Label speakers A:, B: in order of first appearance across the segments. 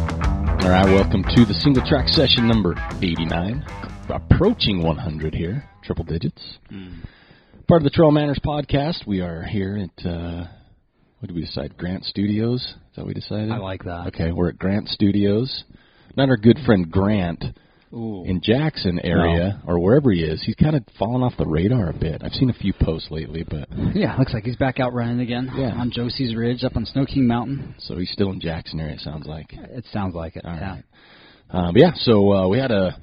A: All right, welcome to the single track session number 89, approaching 100 here, triple digits.
B: Hmm.
A: Part of the Trail Manners podcast. We are here at, uh, what did we decide? Grant Studios? Is that what we decided?
B: I like that.
A: Okay, we're at Grant Studios. Not our good friend Grant
B: Ooh.
A: in Jackson area or wherever he is. He's kind of fallen off the radar a bit. I've seen a few posts lately, but
B: yeah, looks like he's back out running again
A: Yeah.
B: on Josie's Ridge up on Snow King Mountain.
A: so he's still in Jackson area, it sounds like.
B: It sounds like it.
A: All
B: yeah.
A: right. Uh, but yeah, so uh, we had a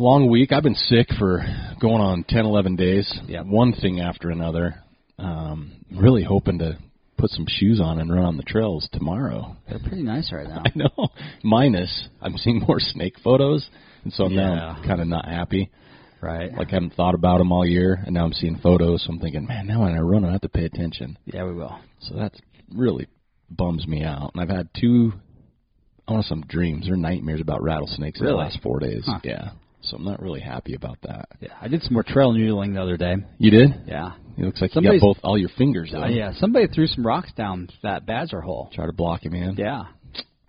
A: long week. I've been sick for going on 10, 11 days.
B: Yeah.
A: One thing after another. Um, really hoping to put some shoes on and run on the trails tomorrow.
B: They're pretty nice right now.
A: I know. Minus, I'm seeing more snake photos, and so now I'm
B: Yeah.
A: kind of not happy.
B: right.
A: Like I haven't thought about them all year, and now I'm seeing photos. So I'm thinking, man, now when I run, I have to pay attention.
B: yeah, we will.
A: So that really bums me out. And I've had two, I want to some dreams or nightmares about rattlesnakes in the
B: Really?
A: last four days.
B: Huh.
A: Yeah. So I'm not really happy about that.
B: Yeah, I did some more trail noodling the other day.
A: You did?
B: Yeah.
A: It looks like
B: Somebody's-
A: you got both all your fingers though.
B: Uh, yeah, somebody threw some rocks down that Badger hole.
A: Try to block him in.
B: Yeah.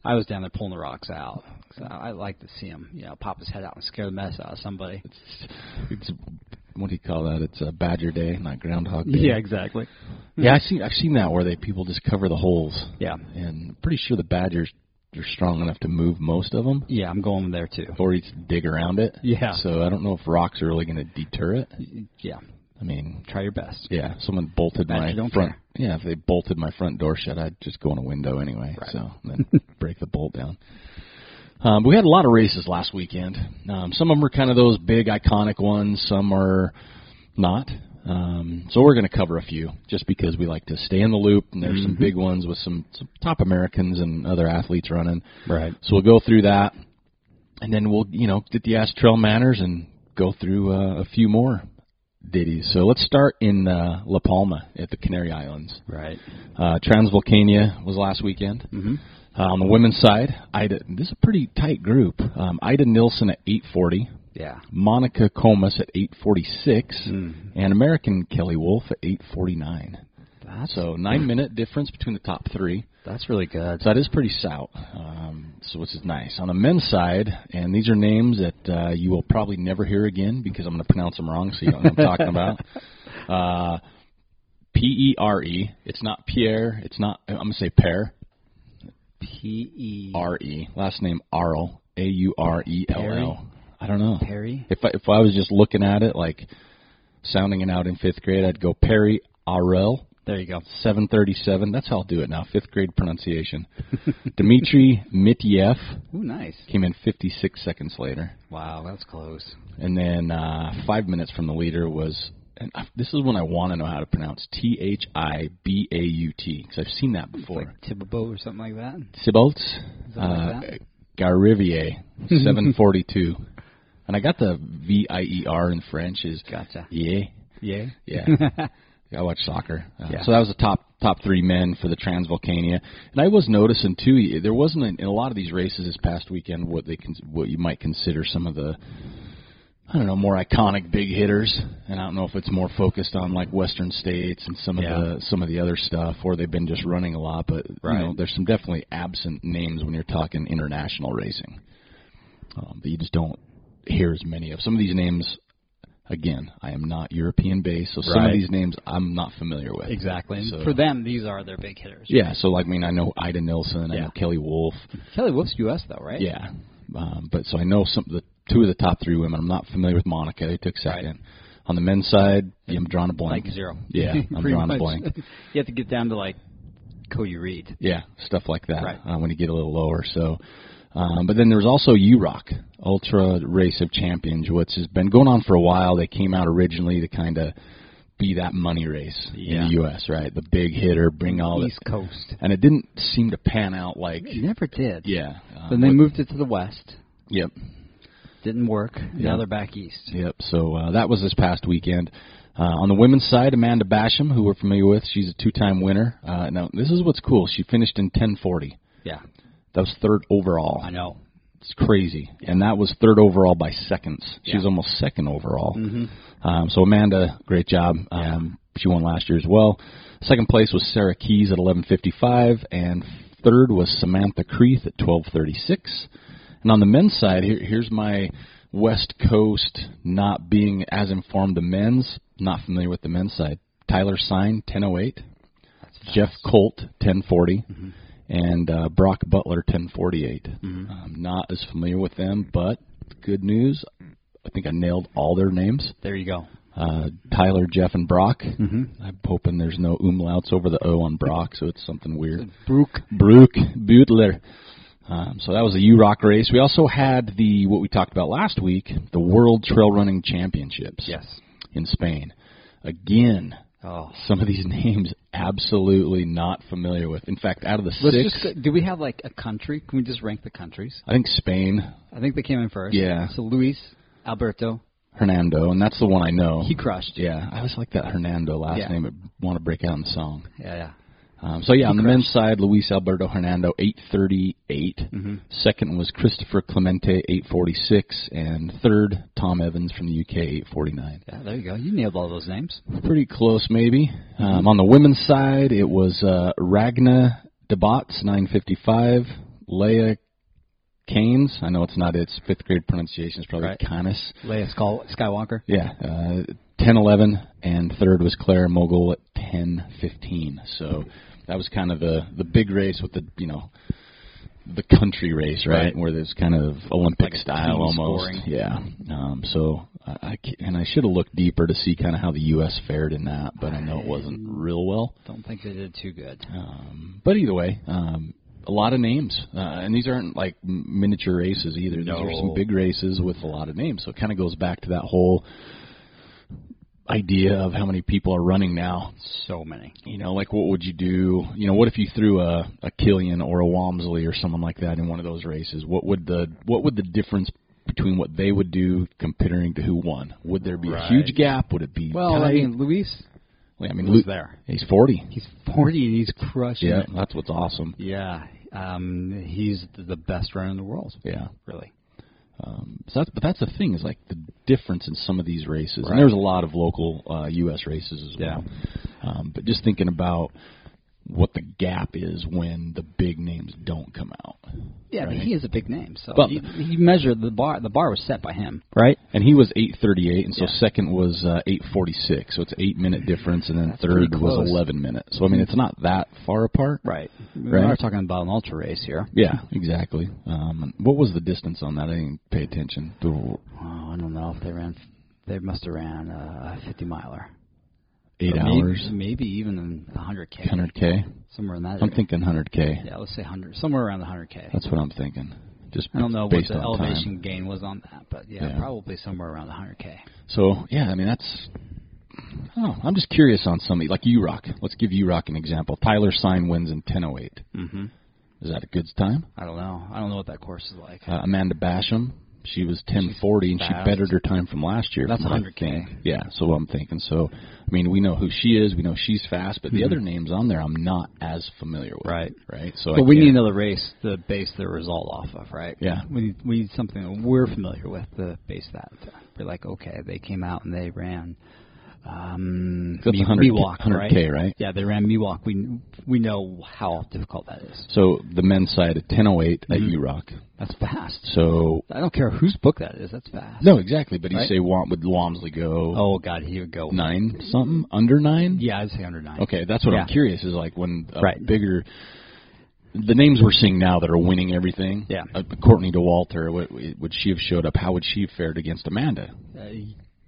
B: I was down there pulling the rocks out. So I like to see him, you know, pop his head out and scare the mess out of somebody.
A: It's what do you call that? It's a badger day, not groundhog day.
B: exactly.
A: Yeah, I see I've seen that where they people just cover the holes.
B: Yeah.
A: And I'm pretty sure the badgers are strong enough to move most of them.
B: Yeah, I'm going there too.
A: Or you dig around it.
B: Yeah.
A: So I don't know if rocks are really going to deter it.
B: Yeah.
A: I mean,
B: Try your best.
A: Yeah, someone bolted
B: Badger
A: my
B: don't
A: front.
B: care.
A: Yeah, if they bolted my front door shut, I'd just go in a window anyway.
B: Right.
A: So then break the bolt down. Um, but we had a lot of races last weekend. Um, some of them are kind of those big iconic ones. Some are not. Um, so we're going to cover a few just because we like to stay in the loop. And there's
B: Mm-hmm.
A: some big ones with some, some top Americans and other athletes running.
B: Right.
A: So we'll go through that, and then we'll you know get the Ask Trail Manners and go through uh, a few more ditties. So let's start in uh, La Palma at the Canary Islands.
B: Right.
A: Uh, Transvolcania was last weekend.
B: Mhm.
A: Uh, on the women's side, Ida. This is a pretty tight group. Um, Ida Nilsson at 840,
B: Yeah.
A: Monica Comas at 846, and American Kelly Wolf at 849.
B: That's
A: So nine minute difference between the top three.
B: that's really good.
A: So that is pretty stout, um, so which is nice. On the men's side, and these are names that uh, you will probably never hear again because I'm going to pronounce them wrong, so you don't know what I'm talking about. Uh, P E R E. It's not Pierre. It's not. I'm going to say Pear.
B: P E
A: R E. Last name Arl. A U R E L L. I don't know.
B: Perry.
A: If I, if I was just looking at it like sounding it out in fifth grade, I'd go Perry Arel.
B: There you go.
A: 737. That's how I'll do it now. Fifth grade pronunciation. Dmitry Mityev
B: Ooh, nice.
A: came in 56 seconds later,
B: Wow, that's close.
A: and then uh, five minutes from the leader was. And I, this is when I want to know how to pronounce T H I B A U T because I've seen that
B: It's
A: before.
B: like Thibaut or something like that.
A: Siboltz,
B: Something
A: uh,
B: like that.
A: Garivier, 742, and I got the V I E R in French is
B: Gotcha.
A: yeah,
B: Yeah.
A: yeah. I watch soccer. Uh,
B: Yeah.
A: So that was the top top three men for the Transvolcania, and I was noticing too. There wasn't a, in a lot of these races this past weekend what they cons what you might consider some of the I don't know more iconic big hitters, and I don't know if it's more focused on like Western states and some
B: Yeah.
A: of the some of the other stuff, or they've been just running a lot. But
B: Right.
A: you know, there's some definitely absent names when you're talking international racing um, that you just don't hear as many of. Some of these names, again, I am not European based, so some of
B: Right.
A: these names I'm not familiar with.
B: Exactly. And
A: So-
B: For them, these are their big hitters.
A: Yeah, so like I mean, I know Ida Nilsson, I
B: Yeah.
A: know Kelly Wolf,
B: Kelly Wolf's U.S. though, right?
A: yeah, um, but so I know some the two of the top three women. I'm not familiar with Monica; they took second. On the men's side, yeah, I'm drawing a blank.
B: Like zero.
A: Yeah, I'm
B: Pretty
A: drawing a
B: much.
A: blank.
B: you have to get down to like Cody Reed.
A: Yeah, stuff like that
B: Right.
A: uh, when you get a little lower. So, um, but then there's also UROC, Ultra Race of Champions, which has been going on for a while. They came out originally to kind of be that money race in
B: Yeah.
A: the U.S., right? The big hitter, bring all
B: East
A: the,
B: Coast.
A: and it didn't seem to pan out like
B: It never did.
A: yeah. Um,
B: Then they
A: but-
B: moved it to the West.
A: Yep,
B: Didn't work.
A: Yeah.
B: Now they're back East.
A: yep. So uh, that was this past weekend. Uh, on the women's side, Amanda Basham, who we're familiar with, she's a two-time winner. Uh, now this is what's cool. She finished in 10:40.
B: Yeah.
A: That was third overall.
B: I know.
A: It's crazy. And that was third overall by seconds. She was
B: Yeah.
A: almost second overall.
B: Mm-hmm.
A: Um, so Amanda, great job. Um, She won last year as well. Second place was Sarah Keys at 11:55, and Third was Samantha Creeth at 12:36. And on the men's side, here, here's my West Coast not being as informed. The men's not familiar with the men's side. Tyler Sign 10:08,
B: That's
A: Jeff Colt 10:40,
B: Mhm.
A: and uh, Brock Butler 10:48.
B: Mhm.
A: I'm not as familiar with them, but good news. I think I nailed all their names.
B: There you go.
A: Uh, Tyler, Jeff, and Brock.
B: Mm-hmm.
A: I'm hoping there's no umlauts over the O on Brock, so it's something weird.
B: Brooke.
A: Brook Butler. Um, so that was a U Rock race. We also had the what we talked about last week, the World Trail Running Championships
B: Yes.
A: in Spain. Again,
B: Oh.
A: some of these names absolutely not familiar with. In fact, out of the
B: Let's
A: six,
B: just. go- Do we have like a country? Can we just rank the countries?
A: I think Spain,
B: I think they came in first.
A: Yeah.
B: So Luis, Alberto,
A: Hernando, and that's the one I know.
B: he crushed.
A: yeah, I always like that Hernando last
B: Yeah.
A: name. I want to break out in the song.
B: Yeah. yeah.
A: Um, so yeah, on the
B: crushed.
A: men's side, Luis Alberto Hernando, 838.
B: Mhm.
A: Second was Christopher Clemente, 846, and third Tom Evans from the UK, 849.
B: Yeah. There you go. You nailed all those names.
A: Pretty close, maybe. Um, on the women's side, it was uh, Ragna Debots, 955. Leia Keynes. I know it's not its fifth grade pronunciation. It's probably
B: Right.
A: Canis.
B: Leia Skull, Skywalker.
A: Yeah, uh, ten eleven, and third was Claire Mogul at ten fifteen. So that was kind of the the big race with the you know the country race, right?
B: Right.
A: Where there's kind of Olympic
B: Like a
A: style
B: team
A: almost.
B: scoring.
A: Yeah. Um, so I, I ca- and I should have looked deeper to see kind of how the U.S. fared in that, but I know it wasn't
B: Mm.
A: real well.
B: Don't think they did too good.
A: Um, but either way, um, a lot of names, uh, and these aren't like m- miniature races either. These are some
B: No.
A: big races with a lot of names. So it kind of goes back to that whole idea of how many people are running now.
B: So many.
A: You know, like what would you do? You know, what if you threw a, a Killian or a Walmsley or someone like that in one of those races? What would the what would the difference between what they would do comparing to who won? Would there be a
B: Right.
A: huge gap? Would it be
B: Well,
A: tight?
B: I mean, Luis
A: I mean,
B: was
A: Lu-
B: there.
A: he's forty.
B: He's 40 and he's crushing
A: Yeah,
B: it.
A: that's what's awesome.
B: Yeah. Um, he's th- the best runner in the world,
A: Yeah.
B: really.
A: Um, so that's, but that's the thing is like the difference in some of these races,
B: Right.
A: and there's a lot of local uh, U.S. races as
B: Yeah.
A: well. Um, but just thinking about what the gap is when the big names don't come out.
B: Yeah,
A: Right.
B: but he is a big name. So
A: But-
B: he, he measured the bar. The bar was set by him.
A: Right. And he was 8:38, and so
B: Yeah.
A: second was uh, 8:46, so it's an eight minute difference, and then
B: That's
A: third
B: pretty
A: was
B: close.
A: 11 minutes. So I mean, it's not that far apart.
B: Right. We're
A: Right.
B: not talking about an ultra race here.
A: Yeah, exactly. Um, what was the distance on that? I didn't pay attention. to
B: Oh, I don't know if they ran. They must have ran uh, a 50 miler.
A: Eight
B: Or maybe-
A: hours,
B: Maybe even a 100K.
A: 100k.
B: Somewhere in that
A: I'm
B: area.
A: thinking 100k.
B: Yeah, let's say 100. Somewhere around the 100K.
A: That's what I'm thinking. Just
B: I don't know what
A: based
B: the
A: on
B: elevation
A: time.
B: gain was on that, but yeah,
A: Yeah.
B: probably somewhere around the 100K.
A: So yeah, I mean that's. I don't know. I'm just curious on somebody like U Rock. Let's give U Rock an example. Tyler Sign wins in 10:08.
B: Mm-hmm.
A: Is that a good time?
B: I don't know. I don't know what that course is like.
A: Uh, Amanda Basham, she was 10:40 and she
B: fast.
A: bettered her time from last year.
B: That's
A: from what I
B: 100K.
A: think. Yeah, so I'm thinking. So I mean, we know who she is. We know she's fast, but the
B: Mhm.
A: other names on there, I'm not as familiar with.
B: Right.
A: Right. So I
B: but we
A: can't-
B: need another race to base the result off of, right?
A: Yeah.
B: We need, we need something that we're familiar with to base that. We're like, okay, they came out and they ran um,
A: That's
B: Me-
A: 100K
B: Miwok,
A: 100K, right?
B: Yeah, they ran Miwok. We we know how difficult that is.
A: So the men's side at 10:08 at
B: Mhm.
A: U Rock.
B: That's fast.
A: So
B: I don't care whose book that is. That's fast.
A: No, exactly. But you
B: Right?
A: say Wam- would Walmsley go
B: Oh God, he would go
A: nine something under nine?
B: Yeah, I'd say under nine.
A: Okay, that's what I'm
B: Yeah.
A: curious is like when a
B: Right.
A: bigger the names we're seeing now that are winning everything.
B: Yeah.
A: uh, Courtney DeWalter, would, would she have showed up? How would she have fared against Amanda?
B: Uh,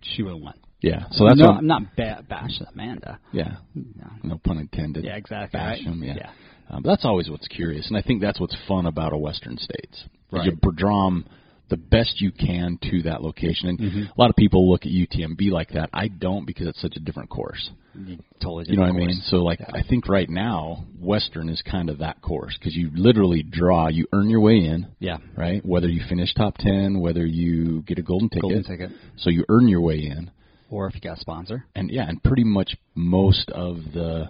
B: she would have won.
A: Yeah. So that's
B: no,
A: what.
B: I'm not ba- bashing Amanda.
A: yeah.
B: No.
A: No pun intended.
B: Yeah, exactly.
A: Bash
B: right?
A: 'em, yeah. Um, but that's always what's curious, and I think that's what's fun about a Western States. is You
B: Right.
A: drum the best you can to that location, and
B: Mhm.
A: a lot of people look at UTMB like that. I don't because it's such a different course.
B: You totally.
A: You know what
B: did, of
A: I mean?
B: course.
A: So like
B: Yeah.
A: I think right now Western is kind of that course because you literally draw, you earn your way in,
B: Yeah.
A: right? Whether you finish top ten, whether you get a golden ticket,
B: Golden ticket.
A: so you earn your way in,
B: Or if you got a sponsor.
A: and yeah, and pretty much most of the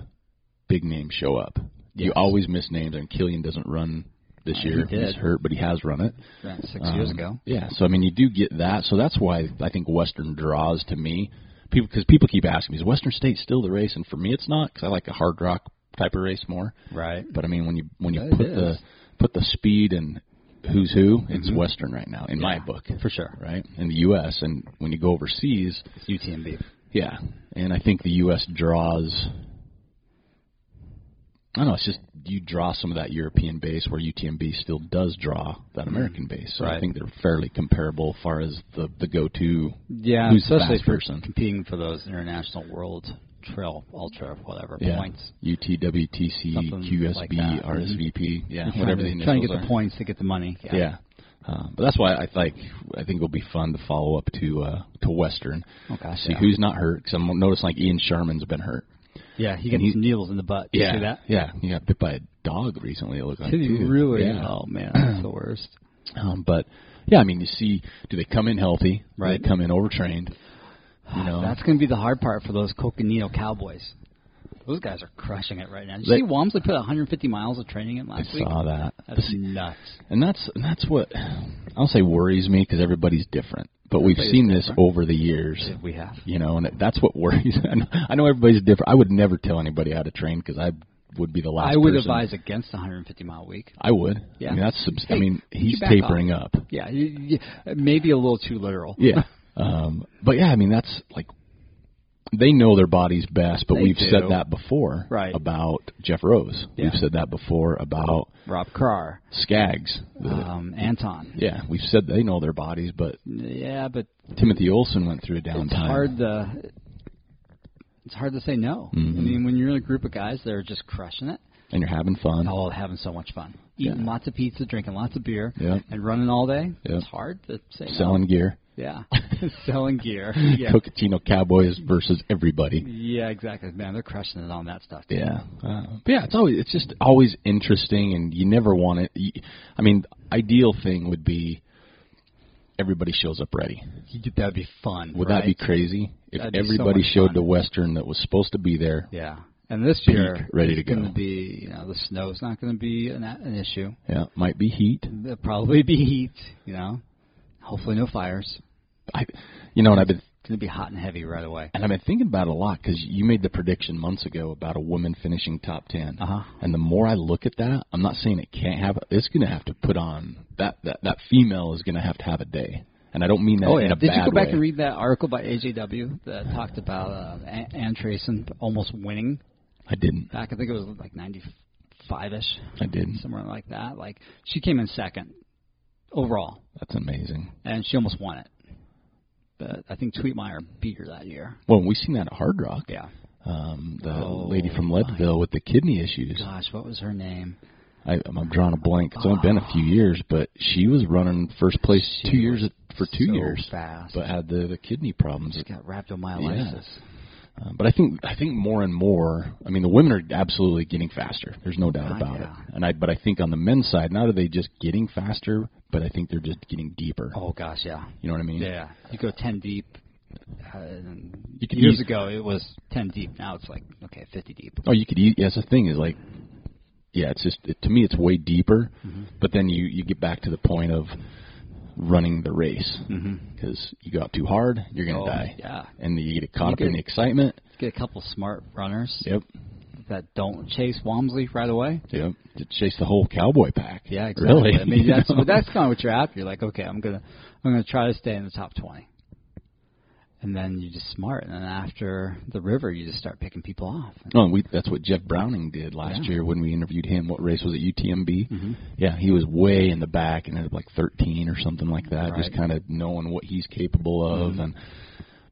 A: big names show up. You
B: Yes.
A: always miss names, and Killian doesn't run this
B: Uh, he
A: year.
B: did.
A: He's hurt, but he has run it
B: Right, Six
A: Um,
B: years ago.
A: Yeah, so I mean, you do get that. So that's why I think Western draws to me, people because people keep asking me, is Western State still the race? And for me, it's not because I like a hard rock type of race more.
B: Right.
A: But I mean, when you when you
B: It
A: put
B: is.
A: the put the speed and who's who, it's
B: Mhm.
A: Western right now in my
B: Yeah,
A: book,
B: for sure.
A: Right in the U.S. and when you go overseas,
B: It's UTMB.
A: yeah. And I think the U.S. draws. I don't know. It's just you draw some of that European base where UTMB still does draw that American base. So I
B: Mm-hmm. Right.
A: think they're fairly comparable as far as the the go to.
B: Yeah,
A: who's the
B: especially
A: fast
B: for
A: person?
B: competing for those international world trail ultra whatever
A: Yeah.
B: points.
A: UTWTC,
B: Something
A: QSB,
B: like that.
A: RSVP, yeah,
B: You're trying
A: whatever
B: to-
A: the
B: trying
A: initials
B: to get
A: are.
B: the points to get the money.
A: Yeah. Uh, but that's why I like I think it'll be fun to follow up to uh, to Western.
B: Oh, gosh,
A: see
B: yeah.
A: who's not hurt because I'm noticing like Ian Sherman's been hurt.
B: Yeah, he
A: And
B: gets
A: he's-
B: needles in the butt. You see that?
A: yeah, he got bit by a dog recently. It looked like
B: Did he
A: too.
B: really?
A: yeah.
B: Oh man, that's the worst.
A: Um, but yeah, I mean, you see, do they come in healthy? Do
B: Right.
A: they come in overtrained. You know,
B: That's going to be the hard part for those Coconino Cowboys. Those guys are crushing it right now. Did you
A: They-
B: see Walmsley put 150 miles of training in
A: I
B: last week?
A: saw that.
B: That's nuts.
A: And that's and that's what I'll say worries me because everybody's different. But we've
B: Everybody's
A: seen this
B: different.
A: over the years.
B: We have.
A: you know, and that's what worries. I know, I know everybody's different. I would never tell anybody how to train because I would be the last.
B: I would
A: person.
B: advise against the 150 mile week.
A: I would.
B: Yeah.
A: I mean, that's. Subs- I
B: Hey,
A: mean,
B: you
A: he's
B: back off.
A: tapering up.
B: Yeah, y- y- maybe a little too literal.
A: Yeah. um. But yeah, I mean, that's like they know their bodies best. But
B: They
A: we've said
B: do.
A: that before.
B: Right.
A: About Jeff Rose.
B: Yeah.
A: We've said that before about
B: Rob Carr,
A: Skaggs.
B: um, Anton.
A: yeah, we've said they know their bodies, but
B: Yeah, but
A: Timothy Olson went through a downtime.
B: it's hard to it's hard to say no.
A: Mhm.
B: I mean, when you're in a group of guys that are just crushing it,
A: and you're having fun.
B: oh, having so much fun, eating
A: Yeah.
B: lots of pizza, drinking lots of beer,
A: Yep.
B: and running all day.
A: Yep.
B: It's hard to say no.
A: Selling gear.
B: Yeah, selling gear. Yeah.
A: Cochino Cowboys versus everybody.
B: Yeah, exactly. Man, they're crushing it on that stuff. Too.
A: Yeah, uh, but yeah. It's always it's just always interesting, and you never want it. You, I mean, ideal thing would be everybody shows up ready.
B: Yeah. That'd be fun.
A: Would that be
B: right?
A: crazy if
B: That'd be so
A: everybody
B: much
A: showed
B: fun.
A: the Western that was supposed to be there?
B: Yeah. And this
A: Peak,
B: year,
A: ready to
B: it's going
A: go.
B: to be, you know, the snow's not going to be an, an issue.
A: Yeah, it might be heat.
B: There'll probably be heat, you know. Hopefully, no fires.
A: I, you know, and I've been
B: It's going to be hot and heavy right away.
A: and I've been thinking about it a lot because you made the prediction months ago about a woman finishing top 10
B: Uh-huh.
A: And the more I look at that, I'm not saying it can't have. It's going to have to put on that that that female is going to have to have a day. And I don't mean that
B: Oh,
A: in
B: yeah.
A: a
B: Did
A: bad
B: you go back
A: way.
B: and read that article by AJW that talked about uh, An- Ann Trayson almost winning
A: I didn't.
B: back? I think it was like 95 ish,
A: I didn't.
B: somewhere like that. Like, she came in second overall,
A: That's amazing.
B: and she almost won it. But I think Tweetmeyer beat her that year.
A: Well, we've seen that at Hard Rock.
B: Yeah.
A: Um, the
B: Oh,
A: lady from
B: my.
A: Leadville with the kidney issues.
B: Gosh, what was her name?
A: I, I'm I'm drawing a blank. It's only been a few years, but she was running first place
B: She
A: two years
B: was
A: for two
B: so
A: years,
B: Fast.
A: but had the, the kidney problems.
B: She's got rhabdomyolysis.
A: Uh, but I think I think more and more. I mean, the women are absolutely getting faster. There's no doubt
B: Ah,
A: about
B: yeah.
A: it. And I but I think on the men's side, not are they just getting faster, but I think they're just getting deeper.
B: Oh gosh, yeah.
A: You know what I mean?
B: Yeah. You go ten deep. Uh, and
A: You could
B: years
A: eas-
B: ago it was ten deep. Now it's like okay, fifty deep.
A: Oh, you could. eat- That's the thing is like, yeah, it's just it, to me it's way deeper.
B: Mm-hmm.
A: But then you you get back to the point of running the race
B: Mm-hmm.
A: because you go out too hard, you're gonna
B: Oh,
A: die.
B: yeah.
A: And you get caught
B: You
A: up in
B: could-
A: the excitement.
B: Get a couple smart runners
A: Yep.
B: that don't chase Walmsley right away.
A: Yep. To chase the whole cowboy pack.
B: Yeah, exactly.
A: Really?
B: I mean,
A: You
B: that's
A: know?
B: but that's kind of what you're after. You're like, okay, I'm gonna I'm gonna try to stay in the top twenty. And then you just smart, and then after the river, you just start picking people off.
A: No, and we, that's what Jeff Browning did last
B: Yeah.
A: year when we interviewed him. What race was it? UTMB.
B: Mhm.
A: Yeah, he was way in the back and ended up like 13 or something like that. Just
B: Right.
A: kind of knowing what he's capable of.
B: Mhm.
A: And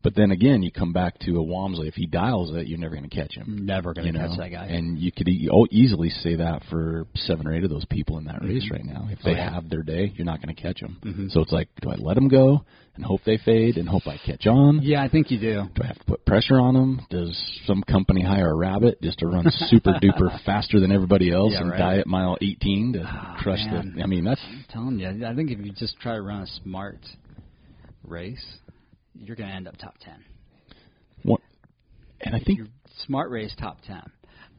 A: but then again, you come back to a Walmsley. If he dials it, you're never going to catch him.
B: Never gonna
A: you know?
B: catch that guy.
A: And you could e- oh, easily say that for seven or eight of those people in that race
B: Mhm.
A: right now. If
B: Oh,
A: they
B: yeah.
A: have their day, you're not going to catch them.
B: Mhm.
A: So it's like, do I let them go and hope they fade and hope I catch on?
B: yeah, I think you do.
A: Do I have to put pressure on them? Does some company hire a rabbit just to run super duper faster than everybody else
B: Yeah,
A: and
B: right.
A: die at mile 18 to
B: Ah,
A: crush
B: man. Mm-hmm.
A: the? I mean, that's
B: I'm telling you, I think if you just try to run a smart race, you're going to end up top 10.
A: what. And I think
B: Smart race, top 10.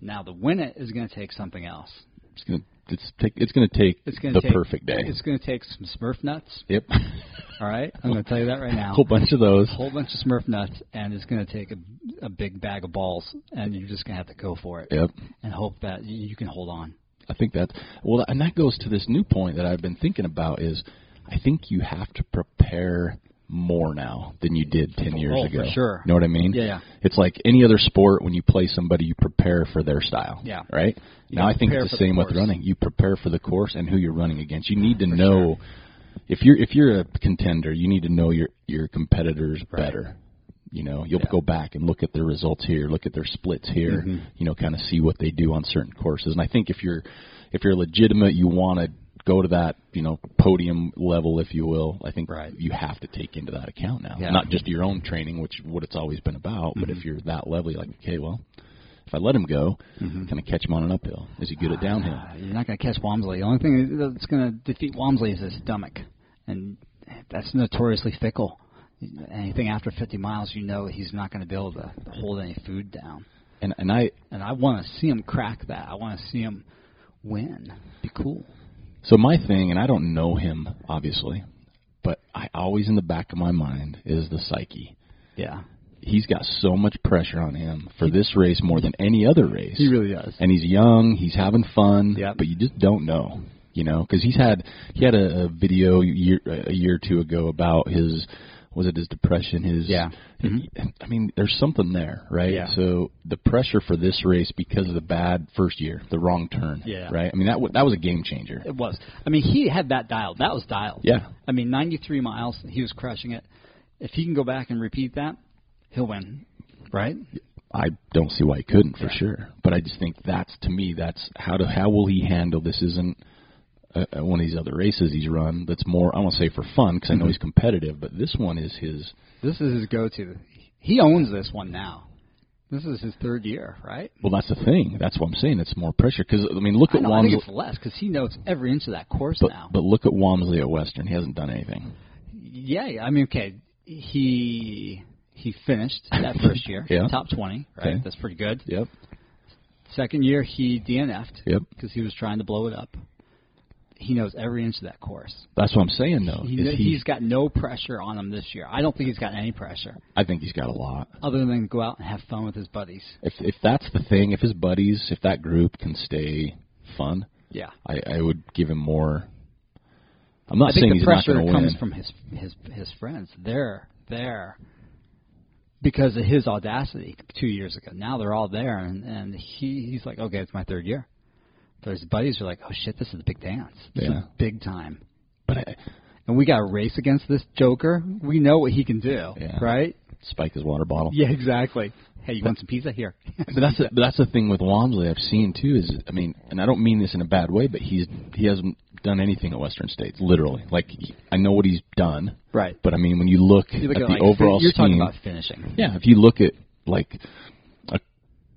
B: Now, the win it is going to take something else.
A: it's gonna it's take, it's going to take
B: It's gonna
A: the
B: take,
A: perfect day.
B: It's gonna take some Smurf nuts.
A: Yep.
B: All right, I'm gonna tell you that right
A: A
B: now.
A: whole bunch of those.
B: a whole bunch of Smurf nuts, and it's gonna take a, a big bag of balls, and you're just gonna have to go for it
A: Yep.
B: and hope that y- you can hold on.
A: I think that well, and that goes to this new point that I've been thinking about is, I think you have to prepare more now than you did ten years
B: Oh, for
A: ago.
B: sure.
A: You know what I mean?
B: Yeah, yeah.
A: It's like any other sport. When you play somebody, you prepare for their style.
B: Yeah.
A: Right.
B: You
A: now I think
B: prepare
A: it's the
B: for the
A: same with
B: course.
A: running. You prepare for the course and who you're running against. You need to
B: For
A: know if you're if you're a contender, you need to know your your competitors
B: Right.
A: better. You know, you'll
B: Yeah.
A: go back and look at their results here, look at their splits here,
B: Mhm.
A: you know, kind of see what they do on certain courses. And I think if you're if you're legitimate, you want to go to that, you know, podium level, if you will. I think
B: Right.
A: you have to take into that account now,
B: Yeah. Mm-hmm.
A: not just your own training, which what it's always been about, but if you're that level, you're like, okay, well, if I let him go,
B: Mm-hmm.
A: can I catch him on an uphill? Is he good at downhill?
B: Uh, you're not gonna catch Wamsley. The only thing that's gonna defeat Wamsley is his stomach, and that's notoriously fickle. Anything after 50 miles, you know he's not gonna be able to hold any food down.
A: And and I
B: And I want to see him crack that. I want to see him win. Be cool.
A: So my thing, and I don't know him obviously, but I always in the back of my mind is the psyche.
B: Yeah,
A: He's got so much pressure on him for this race more than any other race.
B: he really does.
A: and he's young, he's having fun,
B: Yep.
A: but you just don't know, you know, because he's had he had a, a video year, a year or two ago about his was it his depression, his
B: Yeah. Mhm.
A: I mean, there's something there, right?
B: Yeah.
A: So the pressure for this race because of the bad first year, the wrong turn,
B: Yeah.
A: right? I mean that w- that was a game changer.
B: It was. I mean, he had that dialed. That was dialed.
A: Yeah.
B: I mean, 93 miles. He was crushing it. If he can go back and repeat that, he'll win. Right?
A: I don't see why he couldn't for sure. But I just think that's to me that's how to how will he handle this? Isn't uh, uh, one of these other races he's run that's more I won't say for fun because
B: Mm-hmm.
A: I know he's competitive, but this one is his.
B: This is his go-to. He owns this one now. This is his third year, right?
A: Well, that's the thing. That's what I'm saying. It's more pressure because I mean look
B: I,
A: at
B: know, I think
A: Wamsley,
B: it's less because he knows every inch of that course
A: but,
B: now.
A: but look at Wamsley at Western. He hasn't done anything.
B: Yeah, yeah. I mean, okay, he he finished that first year,
A: Yeah.
B: top 20, right?
A: Okay.
B: That's pretty good.
A: Yep.
B: Second year, he DNF'd
A: Yep.
B: because he was trying to blow it up. He knows every inch of that course.
A: That's what I'm saying though.
B: He,
A: is
B: kn-
A: he-
B: he's got no pressure on him this year. I don't think he's got any pressure
A: I think he's got a lot.
B: other than go out and have fun with his buddies.
A: If if that's the thing, if his buddies, if that group can stay fun,
B: Yeah.
A: I, I would give him more. I'm not
B: I think
A: saying
B: the
A: he's not
B: pressure
A: going to win.
B: comes from his his his friends. They're there because of his audacity two years ago. Now they're all there, and and he he's like, okay, it's my third year. So his buddies are like, oh shit, this is the big dance. This
A: Yeah.
B: is big time.
A: but I,
B: And we got to race against this Joker. We know what he can do,
A: Yeah.
B: right?
A: spike his water bottle.
B: Yeah, exactly. Hey, you want some pizza here?
A: But that's the, but that's the thing with Wamsley I've seen too is I mean and I don't mean this in a bad way but he's he hasn't done anything at Western States literally like he, I know what he's done
B: right.
A: but I mean when you look
B: You look
A: at
B: at,
A: the
B: like,
A: overall
B: you're
A: scheme
B: talking about finishing.
A: yeah if you look at like a,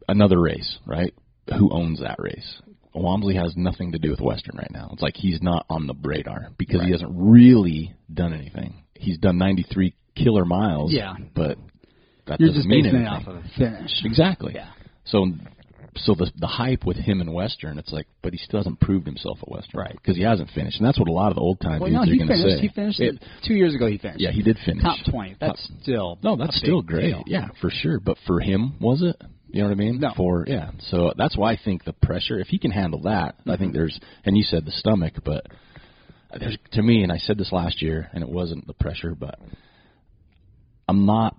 A: another race right who owns that race Wamsley has nothing to do with Western right now it's like he's not on the radar because he
B: Right.
A: hasn't really done anything he's done 93 killer miles
B: Yeah.
A: but that
B: You're
A: doesn't
B: just
A: mean
B: basing
A: anything
B: it off of a finish.
A: Exactly.
B: Yeah.
A: So so the the hype with him and Western, it's like, but he still hasn't proved himself at Western,
B: Right.
A: Because he hasn't finished, and that's what a lot of the old time
B: Well,
A: dudes
B: no, he
A: are going to
B: finished.
A: say.
B: He finished
A: It-
B: two years ago. He finished.
A: yeah, he did finish
B: top twenty. That's
A: Top-
B: still
A: no,
B: a
A: that's
B: big
A: still great.
B: deal.
A: Yeah, for sure. But for him, was it? You know what I mean?
B: No.
A: For yeah, so that's why I think the pressure. If he can handle that, I
B: Mm-hmm.
A: think there's. And you said the stomach, but there's to me, and I said this last year, and it wasn't the pressure, but I'm not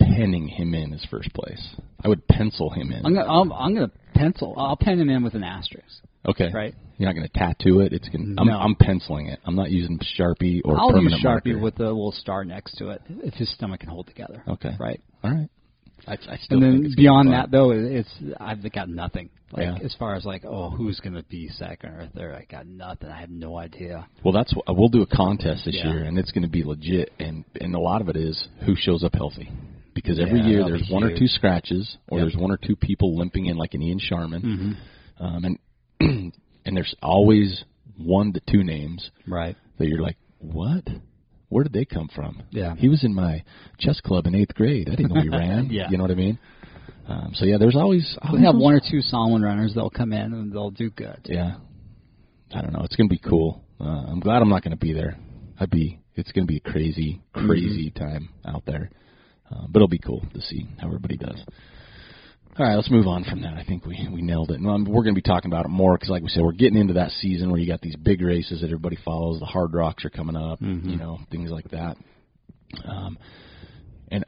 A: penning him in as first place. I would pencil him in.
B: I'm gonna I'm, I'm gonna pencil. I'll pen him in with an asterisk.
A: Okay.
B: Right.
A: You're not going to tattoo it. It's going. to I'm,
B: No.
A: I'm penciling it. I'm not using sharpie or
B: I'll use
A: permanent
B: Sharpie
A: marker.
B: with a little star next to it if his stomach can hold together.
A: Okay.
B: Right.
A: All right. I, I still
B: And
A: think
B: then
A: it's gonna be
B: beyond
A: fun.
B: that though, it- it's I've got nothing. Like
A: Yeah.
B: as far as like oh who's gonna be second or third, I got nothing. I have no idea.
A: Well, that's wh- we'll do a contest this
B: Yeah.
A: year, and it's going to be legit. And and a lot of it is who shows up healthy, because every
B: Yeah,
A: year
B: that'll
A: there's
B: be
A: one or
B: huge.
A: two scratches, or
B: Yep. Hmm.
A: there's one or two people limping in, like an Ian Sharman, um, and and there's always one to two names
B: Right.
A: that you're like, what? Where did they come from?
B: Yeah.
A: He was in my chess club in eighth grade. I didn't know he ran.
B: Yeah.
A: You know what I mean? Um, so yeah, there's always
B: We
A: always
B: have
A: those-
B: one or two Solomon runners that'll come in and they'll do good.
A: Yeah. I don't know. It's going to be cool. Uh, I'm glad I'm not going to be there. I'd be. It's going to be a crazy, crazy time out there, uh, but it'll be cool to see how everybody does. All right, let's move on from that. I think we we nailed it. And um, we're going to be talking about it more because, like we said, we're getting into that season where you got these big races that everybody follows. The hard rocks are coming up,
B: Mhm.
A: you know, things like that. Um, and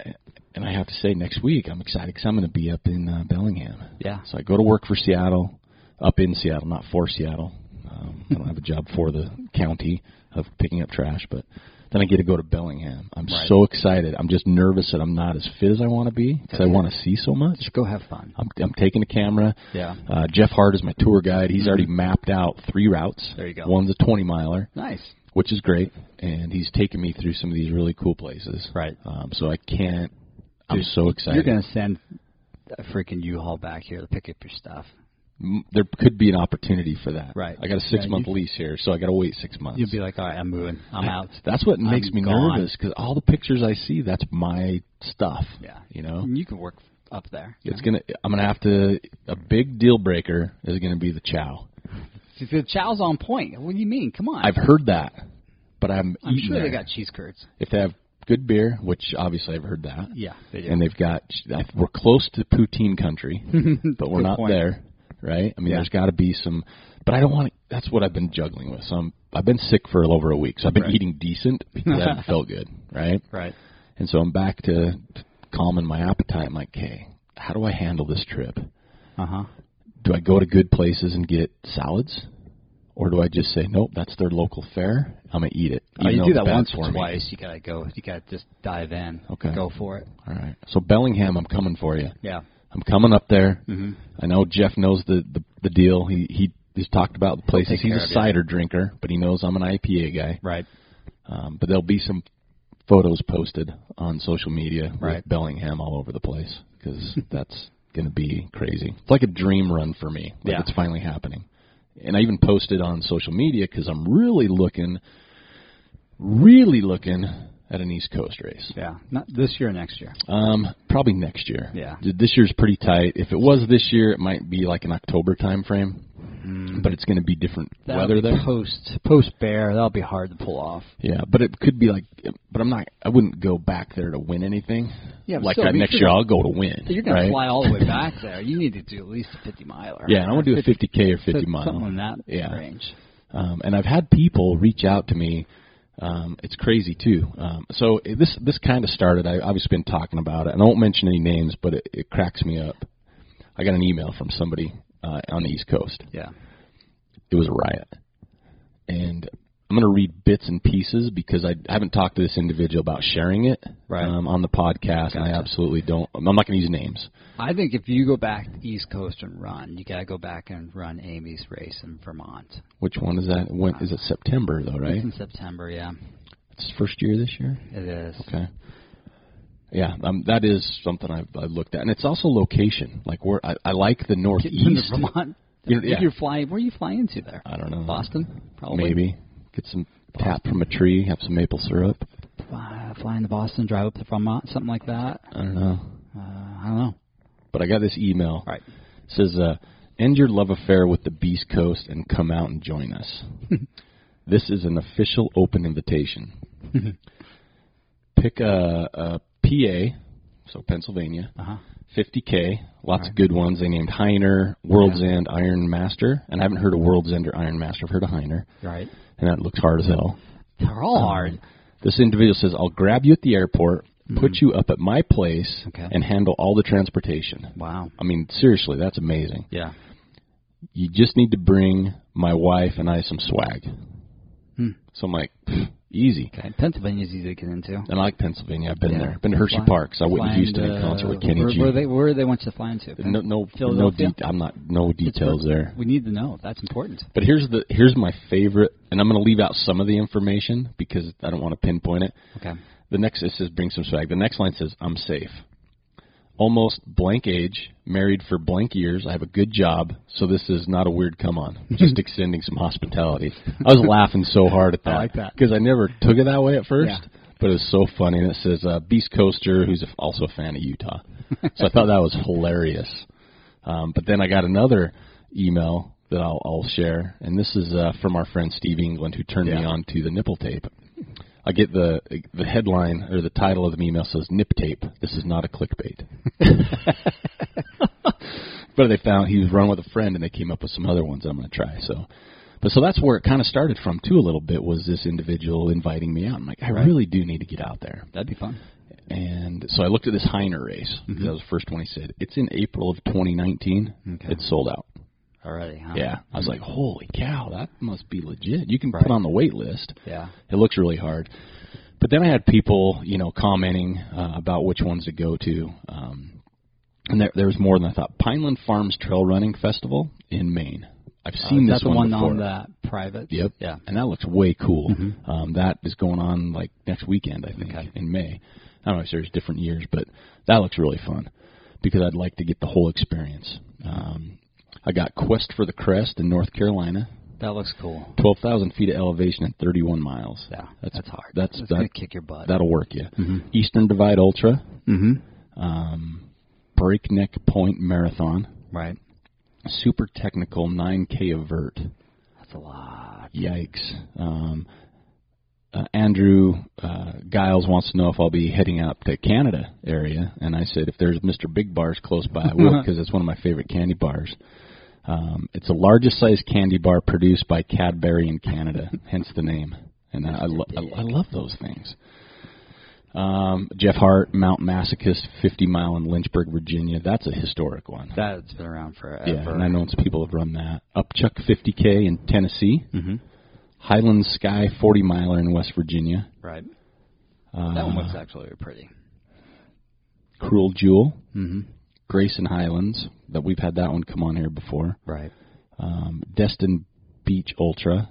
A: and I have to say, next week I'm excited because I'm going to be up in uh, Bellingham.
B: Yeah.
A: So I go to work for Seattle, up in Seattle, not for Seattle. Um, I don't have a job for the county of picking up trash, but then I get to go to Bellingham. I'm
B: Right.
A: so excited. I'm just nervous that I'm not as fit as I want to be because I want to see so much.
B: Just go have fun.
A: I'm, I'm taking a camera.
B: Yeah. Mm-hmm.
A: Uh, Jeff Hart is my tour guide. He's already mapped out three routes.
B: There you go.
A: One's a 20 miler,
B: Nice.
A: which is great, and he's taking me through some of these really cool places.
B: Right.
A: Um, so I can't. I'm
B: Dude,
A: so excited.
B: You're gonna send a freaking U-Haul back here to pick up your stuff.
A: M- there could be an opportunity for that.
B: Right.
A: I got a six
B: Yeah,
A: month
B: you-
A: lease here, so I got to wait six months.
B: You'll be like, all right, I'm moving. I'm out.
A: That's what makes
B: I'm
A: me
B: gone.
A: nervous because all the pictures I see, that's my stuff.
B: Yeah. Mm-hmm.
A: You know.
B: You can work up there. you
A: It's
B: know?
A: gonna. I'm gonna have to. A big deal breaker is gonna be the chow.
B: See, The chow's on point. What do you mean? Come on.
A: I've heard that, but I'm.
B: I'm
A: eating
B: sure they
A: there.
B: got cheese curds.
A: If they have good beer, which obviously I've heard that.
B: Yeah, Hmm. they do.
A: And they've got. I- We're close to poutine country, but we're
B: Good
A: not
B: point.
A: there, right? I mean,
B: Yeah.
A: there's got to be some. But I don't want. to That's what I've been juggling with. So I'm. I've been sick for a little over a week, so I've been
B: Right.
A: eating decent because I haven't felt good, right?
B: Right.
A: And so I'm back to to calming my appetite. I'm like, okay, how do I handle this trip?
B: Uh huh.
A: Do I go to good places and get salads? Or do I just say, nope, that's their local fare. I'm gonna eat it.
B: Oh,
A: even
B: you
A: though
B: do
A: it's
B: that
A: bad
B: once
A: for
B: or
A: me.
B: twice. You gotta go. You gotta just dive in.
A: Okay.
B: Go for it.
A: All right. So Bellingham, I'm coming for you.
B: Yeah.
A: I'm coming up there.
B: Mm-hmm.
A: I know Jeff knows the the, the deal. He he he's talked about the places.
B: take
A: He's
B: care
A: a
B: of you.
A: cider drinker, but he knows I'm an IPA guy.
B: Right.
A: Um, but there'll be some photos posted on social media
B: Right.
A: with Bellingham all over the place because that's going to be crazy. It's like a dream run for me. Like
B: Yeah.
A: it's finally happening. And I even posted on social media because I'm really looking, really looking at an East Coast race.
B: Yeah. Not this year. Next year.
A: Um, probably next year.
B: Yeah.
A: Th- This year's pretty tight. If it was this year, it might be like an October time frame, but it's going to be different
B: Mm. Mm-hmm. That'll
A: weather
B: be
A: there.
B: Post post bear. That'll be hard to pull off.
A: Yeah, but it could be like, but I'm not. I wouldn't go back there to win anything.
B: Yeah, but
A: like
B: still,
A: uh,
B: I mean,
A: next
B: you're
A: year
B: gonna-
A: I'll go to win.
B: You're gonna
A: right?
B: fly all the way back there. You need to do at least a 50 miler.
A: Yeah, and I want to do a 50k or 50
B: something
A: mile.
B: in that
A: Yeah.
B: range.
A: Um, and I've had people reach out to me. Um, it's crazy too. Um, so it- this this kind of started. I, I've just been talking about it, and I won't mention any names, but it, it cracks me up. I got an email from somebody uh, on the East Coast.
B: Yeah.
A: It was a riot, and I'm going to read bits and pieces because I haven't talked to this individual about sharing it
B: Right.
A: um, on the podcast, and I
B: Gotcha.
A: absolutely don't. I'm not going to use names.
B: I think if you go back East Coast and run, you gotta go back and run Amy's race in Vermont.
A: Which one is that? When is it September though, right?
B: It's in September, yeah.
A: It's first year this year.
B: It is.
A: Okay. Yeah, um, that is something I've, I've looked at, and it's also location. Like where I, I like the
B: Get into
A: northeast.
B: Vermont.
A: You know,
B: If
A: yeah.
B: you're flying, where are you flying to there?
A: I don't know.
B: Boston, probably.
A: Maybe get some tap from a tree, have some maple syrup.
B: Uh, flying to Boston, drive up to Vermont, something like that.
A: I don't know.
B: Uh, I don't know.
A: But I got this email.
B: All right.
A: It says, uh, "End your love affair with the Beast Coast and come out and join us. this is an official open invitation. Pick a, a PA, so Pennsylvania,
B: Uh huh.
A: 50K, lots
B: Alright.
A: of good ones. They named Heiner, World's End, Iron Master, and I haven't heard of World's End or Iron Master. I've heard of Heiner,
B: Right.
A: and that looks hard as hell.
B: They're
A: Um,
B: all hard.
A: This individual says, "I'll grab you at the airport, put you up at my place,
B: Mm-hmm. Okay.
A: and handle all the transportation."
B: Wow.
A: I mean, seriously, that's amazing.
B: Yeah.
A: You just need to bring my wife and I some swag.
B: Hmm.
A: So I'm like, "Pfft, easy.
B: Okay. Pennsylvania's easy to get into.
A: And I like Pennsylvania. I've been
B: Yeah.
A: there. Been to Hershey
B: Fly-
A: Park, so I went to
B: flying
A: Houston
B: to-
A: in concert with Kenny
B: where,
A: G.
B: Where they where they want you to fly into?
A: no, no, no.
B: Philadelphia?
A: I'm not. No details there.
B: We need to know. That's important.
A: But here's the here's my favorite, and I'm going to leave out some of the information because I don't want to pinpoint it.
B: Okay.
A: The next it says bring some swag. The next line says I'm safe. Almost blank age, married for blank years. I have a good job, so this is not a weird come on. Just extending some hospitality. I was laughing so hard at
B: I
A: that
B: like that.
A: because I never took it that way at first.
B: Yeah.
A: But it's so funny, and it says uh, Beast Coaster, who's a- also a fan of Utah. So I thought that was hilarious. Um, but then I got another email that I'll, I'll share, and this is uh, from our friend Steve England, who turned me
B: Yeah.
A: on to the nipple tape. I get the the headline or the title of the email says "Nip Tape." This is not a clickbait. but they found he was running with a friend, and they came up with some other ones I'm going to try. So, but so that's where it kind of started from too. A little bit was this individual inviting me out. I'm like, I
B: Right.
A: really do need to get out there.
B: That'd be fun.
A: And so I looked at this Heiner race.
B: Mhm.
A: That was the first one he said. It's in April of 2019.
B: Okay.
A: It's sold out.
B: Already, huh?
A: Yeah. I was like, holy cow, that must be legit. You can
B: Right.
A: put on the wait list.
B: Yeah.
A: It looks really hard. But then I had people, you know, commenting uh, about which ones to go to. Um, and there, there was more than I thought. Pineland Farms Trail Running Festival in Maine. I've
B: Uh,
A: seen
B: is
A: this
B: that the one,
A: before.
B: on the private?
A: Yep.
B: Yeah.
A: And that looks way cool.
B: Mhm.
A: Um, that is going on like next weekend, I think,
B: Okay.
A: in May. I don't know if there's different years, but that looks really fun because I'd like to get the whole experience. Um, I got Quest for the Crest in North Carolina,
B: That looks cool.
A: 12,000 feet of elevation and 31 miles.
B: Yeah.
A: That's-
B: That's, hard.
A: that's-
B: It's
A: that- mm-hmm.
B: gonna kick your butt.
A: That'll work you.
B: Mhm.
A: Eastern Divide Ultra,
B: Mhm.
A: um, Breakneck Point Marathon,
B: Right.
A: Super Technical 9K Avert.
B: That's a lot.
A: Yikes. Um, uh, Andrew uh, Giles wants to know if I'll be heading out to Canada area, and I said if there's Mr. Big Bars close by, I will because it's one of my favorite candy bars. Um, it's the largest size candy bar produced by Cadbury in Canada, hence the name. And I, I, lo- I, I love those things. Um, Jeff Hart, Mount Masochist, 50 mile in Lynchburg, Virginia. That's a historic one.
B: That's been around forever.
A: Yeah, and I know some people have run that. Upchuck 50K in Tennessee.
B: Mhm.
A: Highland Sky 40 miler in West Virginia.
B: Right.
A: Uh,
B: That one looks actually pretty.
A: Cruel Jewel,
B: Mhm.
A: Grayson Highlands. That we've had that one come on here before.
B: Right.
A: Um, Destin Beach Ultra,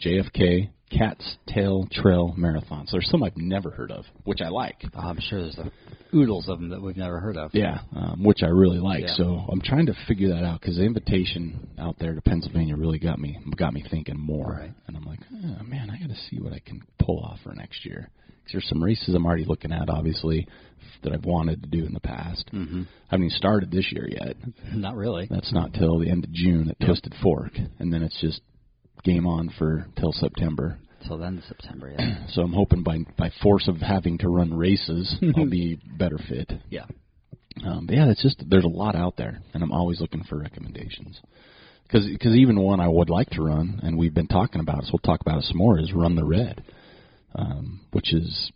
A: JFK, Cat's Tail Trail Marathon. So there's some I've never heard of, which I like.
B: Oh, I'm sure there's a oodles of them that we've never heard of.
A: Yeah, um, which I really like.
B: Yeah.
A: So I'm trying to figure that out because the invitation out there to Pennsylvania really got me got me thinking more.
B: Right.
A: And I'm like, oh, man, I got to see what I can pull off for next year. 'Cause there's some races I'm already looking at, obviously, that I've wanted to do in the past.
B: Mhm.
A: I haven't even started this year yet.
B: Not really.
A: That's not till the end of June at
B: Yeah.
A: Twisted Fork, and then it's just game on for till September.
B: Till then, September. Yeah.
A: So I'm hoping by by force of having to run races, I'll be better fit.
B: yeah.
A: Um, but yeah, it's just there's a lot out there, and I'm always looking for recommendations. Because even one I would like to run, and we've been talking about it, so we'll talk about it some more, is Run the Red, um, which is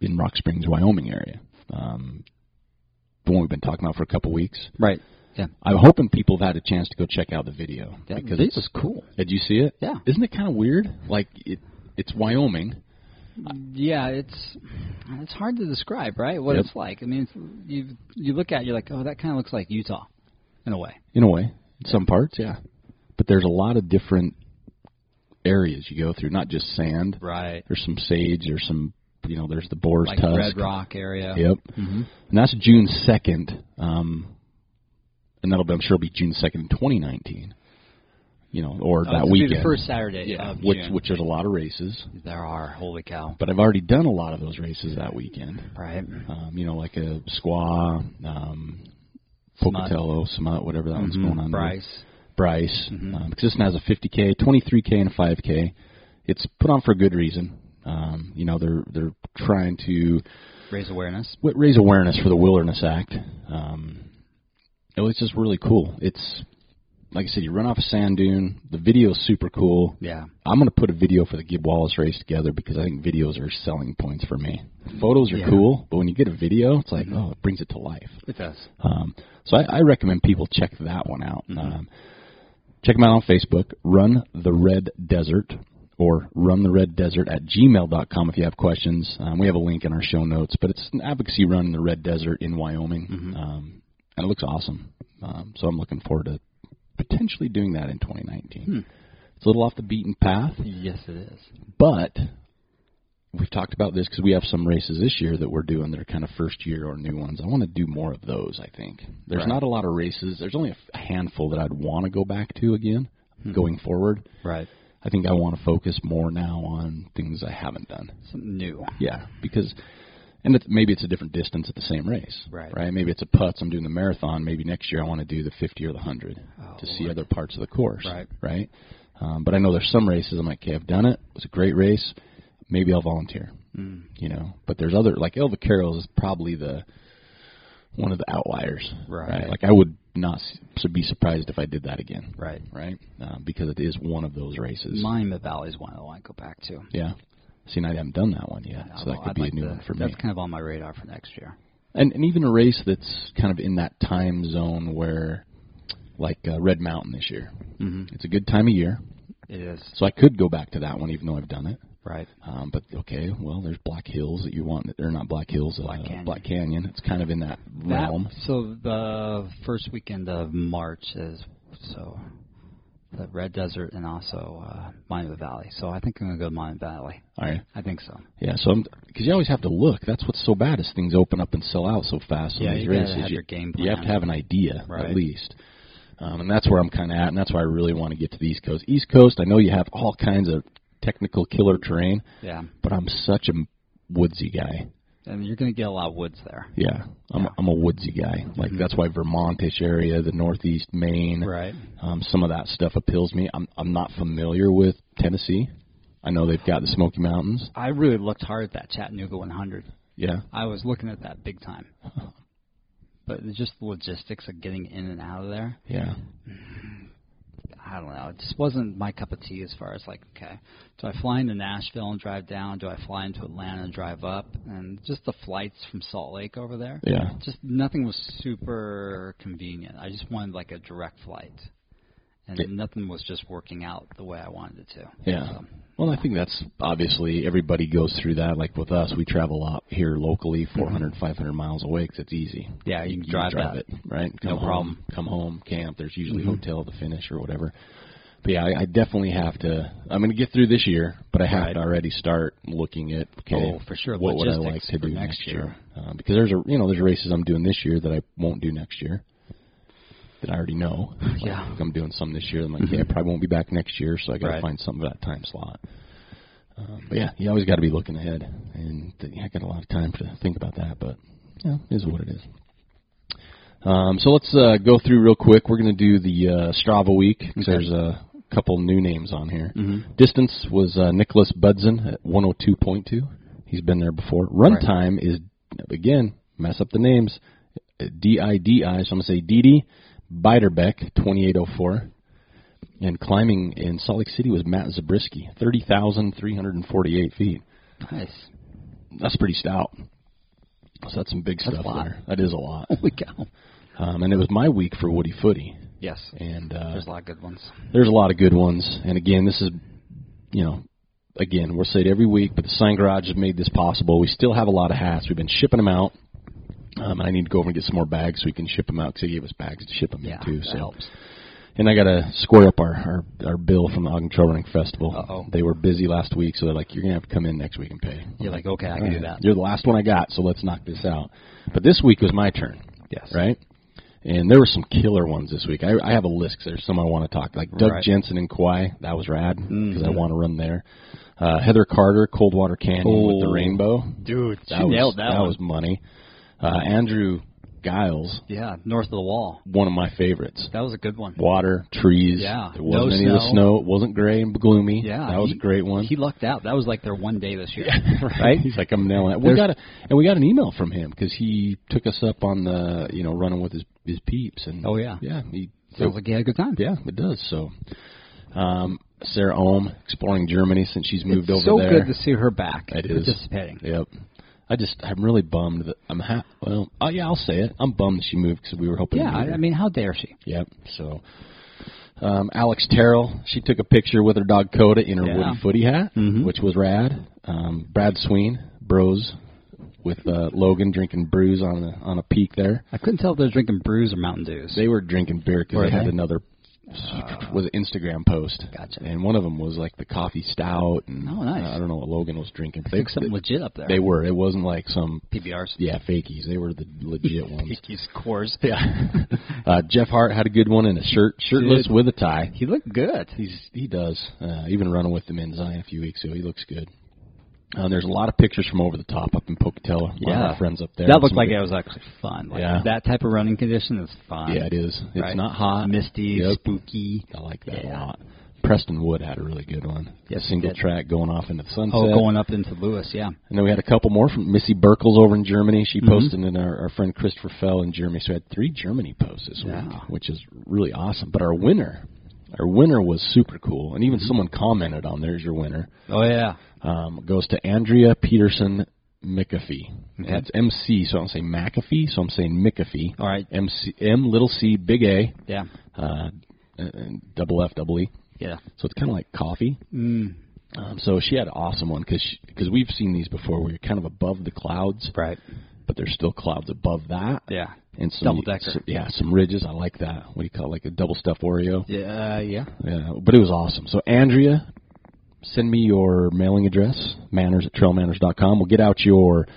A: in Rock Springs, Wyoming area. Um, the one we've been talking about for a couple weeks.
B: Right. Yeah.
A: I'm hoping people have had a chance to go check out the video
B: That,
A: because
B: this
A: it's,
B: is cool.
A: did you see it?
B: Yeah.
A: Isn't it kind of weird? Like it, it's Wyoming.
B: Yeah, it's it's hard to describe, right? What
A: Yep.
B: it's like. I mean, it's- you you look at it, you're like, oh, that kind of looks like Utah, in a way.
A: In a way, in some parts, yeah. But there's a lot of different areas you go through, not just sand.
B: Right.
A: There's some sage. There's some, you know, there's the boar's
B: Like
A: tusk.
B: Red Rock area.
A: Yep.
B: hmm
A: And that's June 2nd. Um, and that'll be, I'm sure it'll be June 2nd, in 2019. You know,
B: Oh,
A: or that weekend.
B: the first Saturday
A: yeah,
B: of
A: which
B: June.
A: which there's a lot of races,
B: There are. Holy cow.
A: but I've already done a lot of those races that weekend.
B: Right.
A: Um, you know, like a squaw, um,
B: Smut.
A: Pocatello, Smut, whatever that one's
B: Mhm.
A: going on. there.
B: Bryce.
A: Bryce.
B: Mhm.
A: Um, 'cause this one has a 50k, 23k, and a 5k. It's put on for good reason. Um, you know, they're they're trying to
B: Raise awareness.
A: w- raise awareness for the Wilderness Act. Um, it was just really cool. It's like I said, you run off a sand dune. The video's super cool.
B: Yeah.
A: I'm going to put a video for the Gib Wallace race together because I think videos are selling points for me. Photos are
B: Yeah.
A: cool, but when you get a video, it's like,
B: Mhm.
A: oh, it brings it to life.
B: It does.
A: Um, so I, I recommend people check that one out.
B: Mhm.
A: Um, check them out on Facebook. Run the Red Desert or run the red desert at gmail.com if you have questions. Um, we have a link in our show notes, but it's an advocacy run in the red desert in Wyoming.
B: Mhm.
A: Um, and it looks awesome. Um, so I'm looking forward to potentially doing that in 2019.
B: Hmm.
A: It's a little off the beaten path,
B: Yes, it is.
A: but we've talked about this because we have some races this year that we're doing that are kind of first year or new ones. I want to do more of those. I think there's
B: Right.
A: not a lot of races. There's only a f- handful that I'd want to go back to again
B: Mhm.
A: going forward.
B: Right.
A: I think I want to focus more now on things I haven't done.
B: Something new.
A: Yeah, because and it's, maybe it's a different distance at the same race,
B: Right.
A: Right? Maybe it's a putts. I'm doing the marathon. Maybe next year I want to do the 50 or the 100
B: Oh,
A: to see
B: Lord.
A: other parts of the course,
B: Right.
A: Right. Um, but I know there's some races I'm like, okay, I've done it. It was a great race. Maybe I'll volunteer,
B: Mm.
A: you know. But there's other like El Vaquero is probably the one of the outliers,
B: Right.
A: Like I would not s- be surprised if I did that again,
B: Right.
A: Right, uh, because it is one of those races.
B: Monument Valley's one I want to go back to.
A: Yeah. See, and I haven't done that one yet, so that
B: I'll-
A: could
B: I'd
A: be
B: like
A: a new
B: to-
A: one for me.
B: That's kind of on my radar for next year.
A: and, and even a race that's kind of in that time zone where, like uh, Red Mountain this year,
B: Mm-hmm.
A: it's a good time of year,
B: It is
A: so I could go back to that one even though I've done it.
B: right.
A: Um, but okay, well, there's Black Hills that you want. They're not Black Hills, uh,
B: Black Canyon.
A: Black Canyon. It's kind of in that realm.
B: That, so the first weekend of March is so the Red Desert and also uh, Monument Valley. So I think I'm gonna go to Monument Valley.
A: All right.
B: I think so.
A: Yeah, so because you always have to look. That's what's so bad is things open up and sell out so fast. on
B: Yeah,
A: these
B: you gotta
A: races.
B: have
A: you,
B: your game
A: you have to
B: plan.
A: have an idea
B: Right.
A: at least, um, and that's where I'm kind of at, and that's why I really want to get to the East Coast. East Coast, I know you have all kinds of technical killer terrain,
B: Yeah,
A: but I'm such a woodsy guy.
B: and you're gonna get a lot of woods there.
A: Yeah, I'm
B: Yeah.
A: I'm a woodsy guy. Like
B: Mhm.
A: that's why Vermontish area, the Northeast, Maine,
B: Right.
A: um, some of that stuff appeals me. I'm I'm not familiar with Tennessee. I know they've got the Smoky Mountains.
B: I really looked hard at that Chattanooga 100.
A: Yeah,
B: I was looking at that big time. But it's just the logistics of getting in and out of there.
A: yeah.
B: I don't know. It just wasn't my cup of tea as far as like, okay, do I fly into Nashville and drive down? Do I fly into Atlanta and drive up? And just the flights from Salt Lake over there.
A: Yeah.
B: Just nothing was super convenient. I just wanted like a direct flight, and
A: Yeah.
B: nothing was just working out the way I wanted it to.
A: Yeah.
B: So,
A: Well, I think that's obviously everybody goes through that. Like with us, we travel out here locally, 400, 500 miles away 'cause it's easy.
B: Mm-hmm. Yeah, you can drive that.
A: it, right? Come
B: No
A: home,
B: problem.
A: Come home, camp. There's usually
B: Mhm.
A: hotel to finish or whatever. But yeah, I, I definitely have to. I'm going to get through this year, but I have
B: Right.
A: to already start looking at okay,
B: Oh, for sure,
A: what would I like
B: logistics
A: to
B: for
A: do
B: next
A: next year?
B: year.
A: Uh, because there's a you know there's races I'm doing this year that I won't do next year that I already know. Like,
B: Yeah.
A: like, I'm doing some this year. I'm like,
B: Mhm.
A: yeah, I probably won't be back next year, so I got to
B: Right.
A: find something for that time slot. Um, but yeah, you always got to be looking ahead, and th- I got a lot of time to think about that. But yeah, it is what it is. Um, so let's uh, go through real quick. We're going to do the uh, Strava week 'cause
B: Okay.
A: there's a couple new names on here.
B: Mhm.
A: Distance was uh, Nicholas Budson at 102.2. He's been there before. Run
B: Right.
A: time is again mess up the names. uh, D I D I. So I'm going to say DD Biderbeck 2804. And climbing in Salt Lake City was Matt Zabriskie, 30,348 feet.
B: Nice.
A: That's pretty stout. So that's some big
B: That's a
A: stuff
B: lot.
A: there. That is a lot.
B: Holy cow.
A: Um, and it was my week for Woody Footy,
B: Yes.
A: and uh,
B: There's a lot of good ones.
A: there's a lot of good ones. And again, this is, you know, again we'll say it every week, but the Sign Garage has made this possible. We still have a lot of hats. We've been shipping them out. Um, and I need to go over and get some more bags so we can ship them out because they gave us bags to ship them
B: Yeah.
A: in too.
B: that
A: So
B: helps.
A: and I got to square up our, our our bill from the Ogden Trail Running Festival.
B: Uh-oh.
A: They were busy last week, so they're like, "You're gonna have to come in next week and pay."
B: You're like, okay, I can
A: All
B: do
A: right,
B: that.
A: You're the last one I got, so let's knock this out. But this week was my turn,
B: Yes.
A: right? And there were some killer ones this week. I, I have a list 'cause there's some I want to talk. Like Doug
B: Right.
A: Jensen and Kawhi, that was rad because I
B: Mhm.
A: want to run there. Uh, Heather Carter, Coldwater Canyon with the
B: Oh.
A: rainbow.
B: Dude,
A: That
B: she
A: was,
B: nailed that, one.
A: was money. Uh, Andrew Giles,
B: yeah, north of the wall.
A: one of my favorites
B: That was a good one.
A: water, trees.
B: Yeah.
A: There wasn't
B: No
A: any of the
B: snow.
A: snow. It wasn't gray and gloomy.
B: Yeah,
A: That was
B: he-
A: a great one.
B: He lucked out. That was like their one day this year.
A: right. He's like, I'm nailing it. We
B: There's-
A: got a, and we got an email from him because he took us up on the, you know, running with his his peeps and.
B: Oh, yeah.
A: Yeah. He.
B: Sounds like he had a good time.
A: yeah, it does. So, um, Sarah Ohm exploring Germany since she's moved
B: it's
A: over
B: so
A: there.
B: good to see her back
A: It is.
B: participating.
A: Yep. I just, I'm really bummed that I'm ha- well. Oh yeah, I'll say it. I'm bummed she moved because we were hoping. to
B: Yeah,
A: meet
B: I,
A: her.
B: I mean, how dare she?
A: Yep. So, um, Alex Terrell, she took a picture with her dog Coda in her
B: Yeah.
A: Woody Footy hat,
B: Mhm.
A: which was rad. Um, Brad Sween, bros, with uh, Logan drinking brews on a, on a peak there.
B: I couldn't tell if they're drinking brews or Mountain Dews.
A: They were drinking beer because
B: Were
A: they had
B: they? Uh.
A: another was an Instagram post.
B: Gotcha.
A: And one of them was like the coffee stout, and
B: Oh, nice.
A: I don't know what Logan was drinking. but
B: They took something legit up there.
A: they were. It wasn't like some
B: PBRs.
A: yeah fakies. They were the legit ones.
B: Pinkies, cores.
A: Yeah. uh, Jeff Hart had a good one in a shirt, shirtless
B: Dude.
A: with a tie.
B: He looked good.
A: He's he does. Uh, even running with him in Zion a few weeks ago, he looks good. Uh, there's a lot of pictures from over the top up in Pocatello. A lot of
B: Yeah.
A: our friends up there.
B: That looked
A: Some
B: like
A: good-
B: it was actually fun. Like,
A: Yeah.
B: That type of running condition is fun.
A: Yeah, it is. It's
B: Right.
A: not hot,
B: Misty,
A: Yep.
B: spooky.
A: I like that
B: Yeah.
A: a lot. Preston Wood had a really good one.
B: Yes, he
A: single
B: did.
A: track going off into the sunset.
B: Oh, going up into Lewis, yeah.
A: And then we had a couple more from Missy Berkles over in Germany. She
B: Mhm.
A: posted, and our, our friend Christopher Fell in Germany. So we had three Germany posts this
B: Yeah.
A: week, which is really awesome. But our winner, our winner was super cool. And even
B: Mm-hmm.
A: someone commented on, "There's your winner."
B: Oh yeah.
A: Um, goes to Andrea Peterson McAfee. And
B: Okay.
A: That's MC, so I don't say McAfee, so I'm saying McAfee.
B: Mm-hmm. All right.
A: MC, M little C big A,
B: Yeah.
A: uh, and- and double F double E.
B: Yeah.
A: So it's kind of like coffee.
B: Mm.
A: Um, so she had an awesome one because we've seen these before where you're kind of above the clouds,
B: Right.
A: but there's still clouds above that.
B: Yeah.
A: And some,
B: Double-decker.
A: some- yeah, some ridges. I like that. What do you call it? Like a double stuffed Oreo.
B: Yeah. yeah.
A: uh, Yeah, but it was awesome. So Andrea, send me your mailing address, manners at trailmanners.com. We'll get out your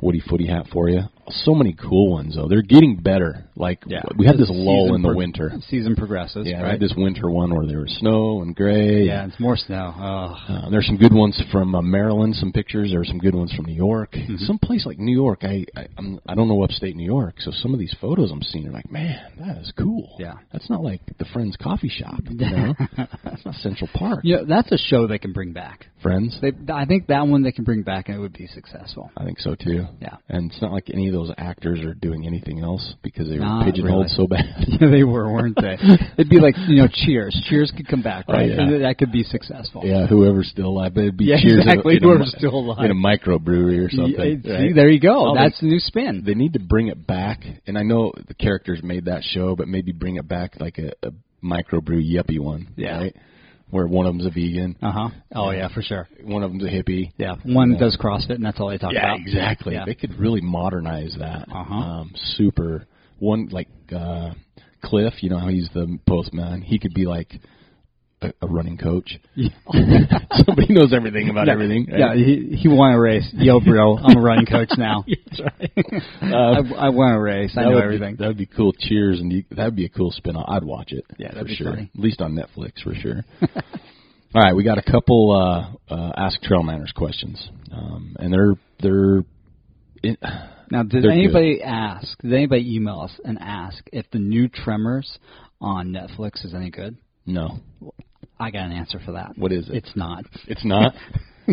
A: Woody Footy hat for you. So many cool ones though. They're getting better. Like
B: Yeah.
A: we had this
B: Season
A: lull in the
B: pro-
A: winter.
B: Season progresses.
A: Yeah, I
B: Right?
A: had this winter one where there was snow and gray.
B: yeah. It's more snow. Oh.
A: Uh, there's some good ones from uh, Maryland, some pictures. There are some good ones from New York.
B: Mm-hmm.
A: Some place like New York, I I, I'm, I don't know upstate New York, so some of these photos I'm seeing are like, man, that is cool.
B: Yeah.
A: that's not like the Friends Coffee Shop. You know? that's not Central Park.
B: You know, that's a show they can bring back.
A: Friends.
B: They, I think that one they can bring back and it would be successful.
A: I think so too.
B: Yeah.
A: And it's not like any of those actors are doing anything else because they were
B: Not
A: pigeonholed
B: really.
A: so bad.
B: Yeah, they were, weren't they? It'd be like you know, Cheers. Cheers could come back,
A: Oh,
B: right?
A: yeah.
B: And that could be successful.
A: yeah, whoever's still alive, but it'd be
B: Yeah,
A: cheers
B: exactly,
A: in, a, in, a,
B: whoever's still alive.
A: in a microbrewery or something.
B: Yeah,
A: right?
B: see, there you go.
A: Oh, they-
B: That's the new spin.
A: they need to bring it back. And I know the characters made that show, but maybe bring it back like a, a microbrew yuppie one,
B: Yeah.
A: right? Where one of them's a vegan,
B: uh huh. Oh yeah, for sure.
A: one of them's a hippie.
B: Yeah, one
A: Yeah.
B: does CrossFit, and that's all they talk
A: Yeah,
B: about.
A: exactly.
B: Yeah.
A: They could really modernize that.
B: Uh-huh.
A: Um, super one like uh, Cliff. You know how he's the postman. He could be like a, a running coach. Somebody knows everything about
B: yeah,
A: everything. right?
B: Yeah, he he won a race. Yo, bro, I'm a running coach now.
A: That's right. Uh,
B: I, I won a race. I
A: That
B: know
A: would be-
B: everything.
A: That would be cool. Cheers, and you, that'd be a cool spin-off. I'd watch it.
B: Yeah, that'd
A: for
B: be
A: sure.
B: funny.
A: At least on Netflix for sure. All right, we got a couple uh, uh, ask trail manners questions, um, and they're they're in,
B: now, did
A: they're
B: anybody ask? Did anybody email us and ask if the new Tremors on Netflix is any good?
A: no.
B: I got an answer for that.
A: What is it?
B: It's not.
A: It's not.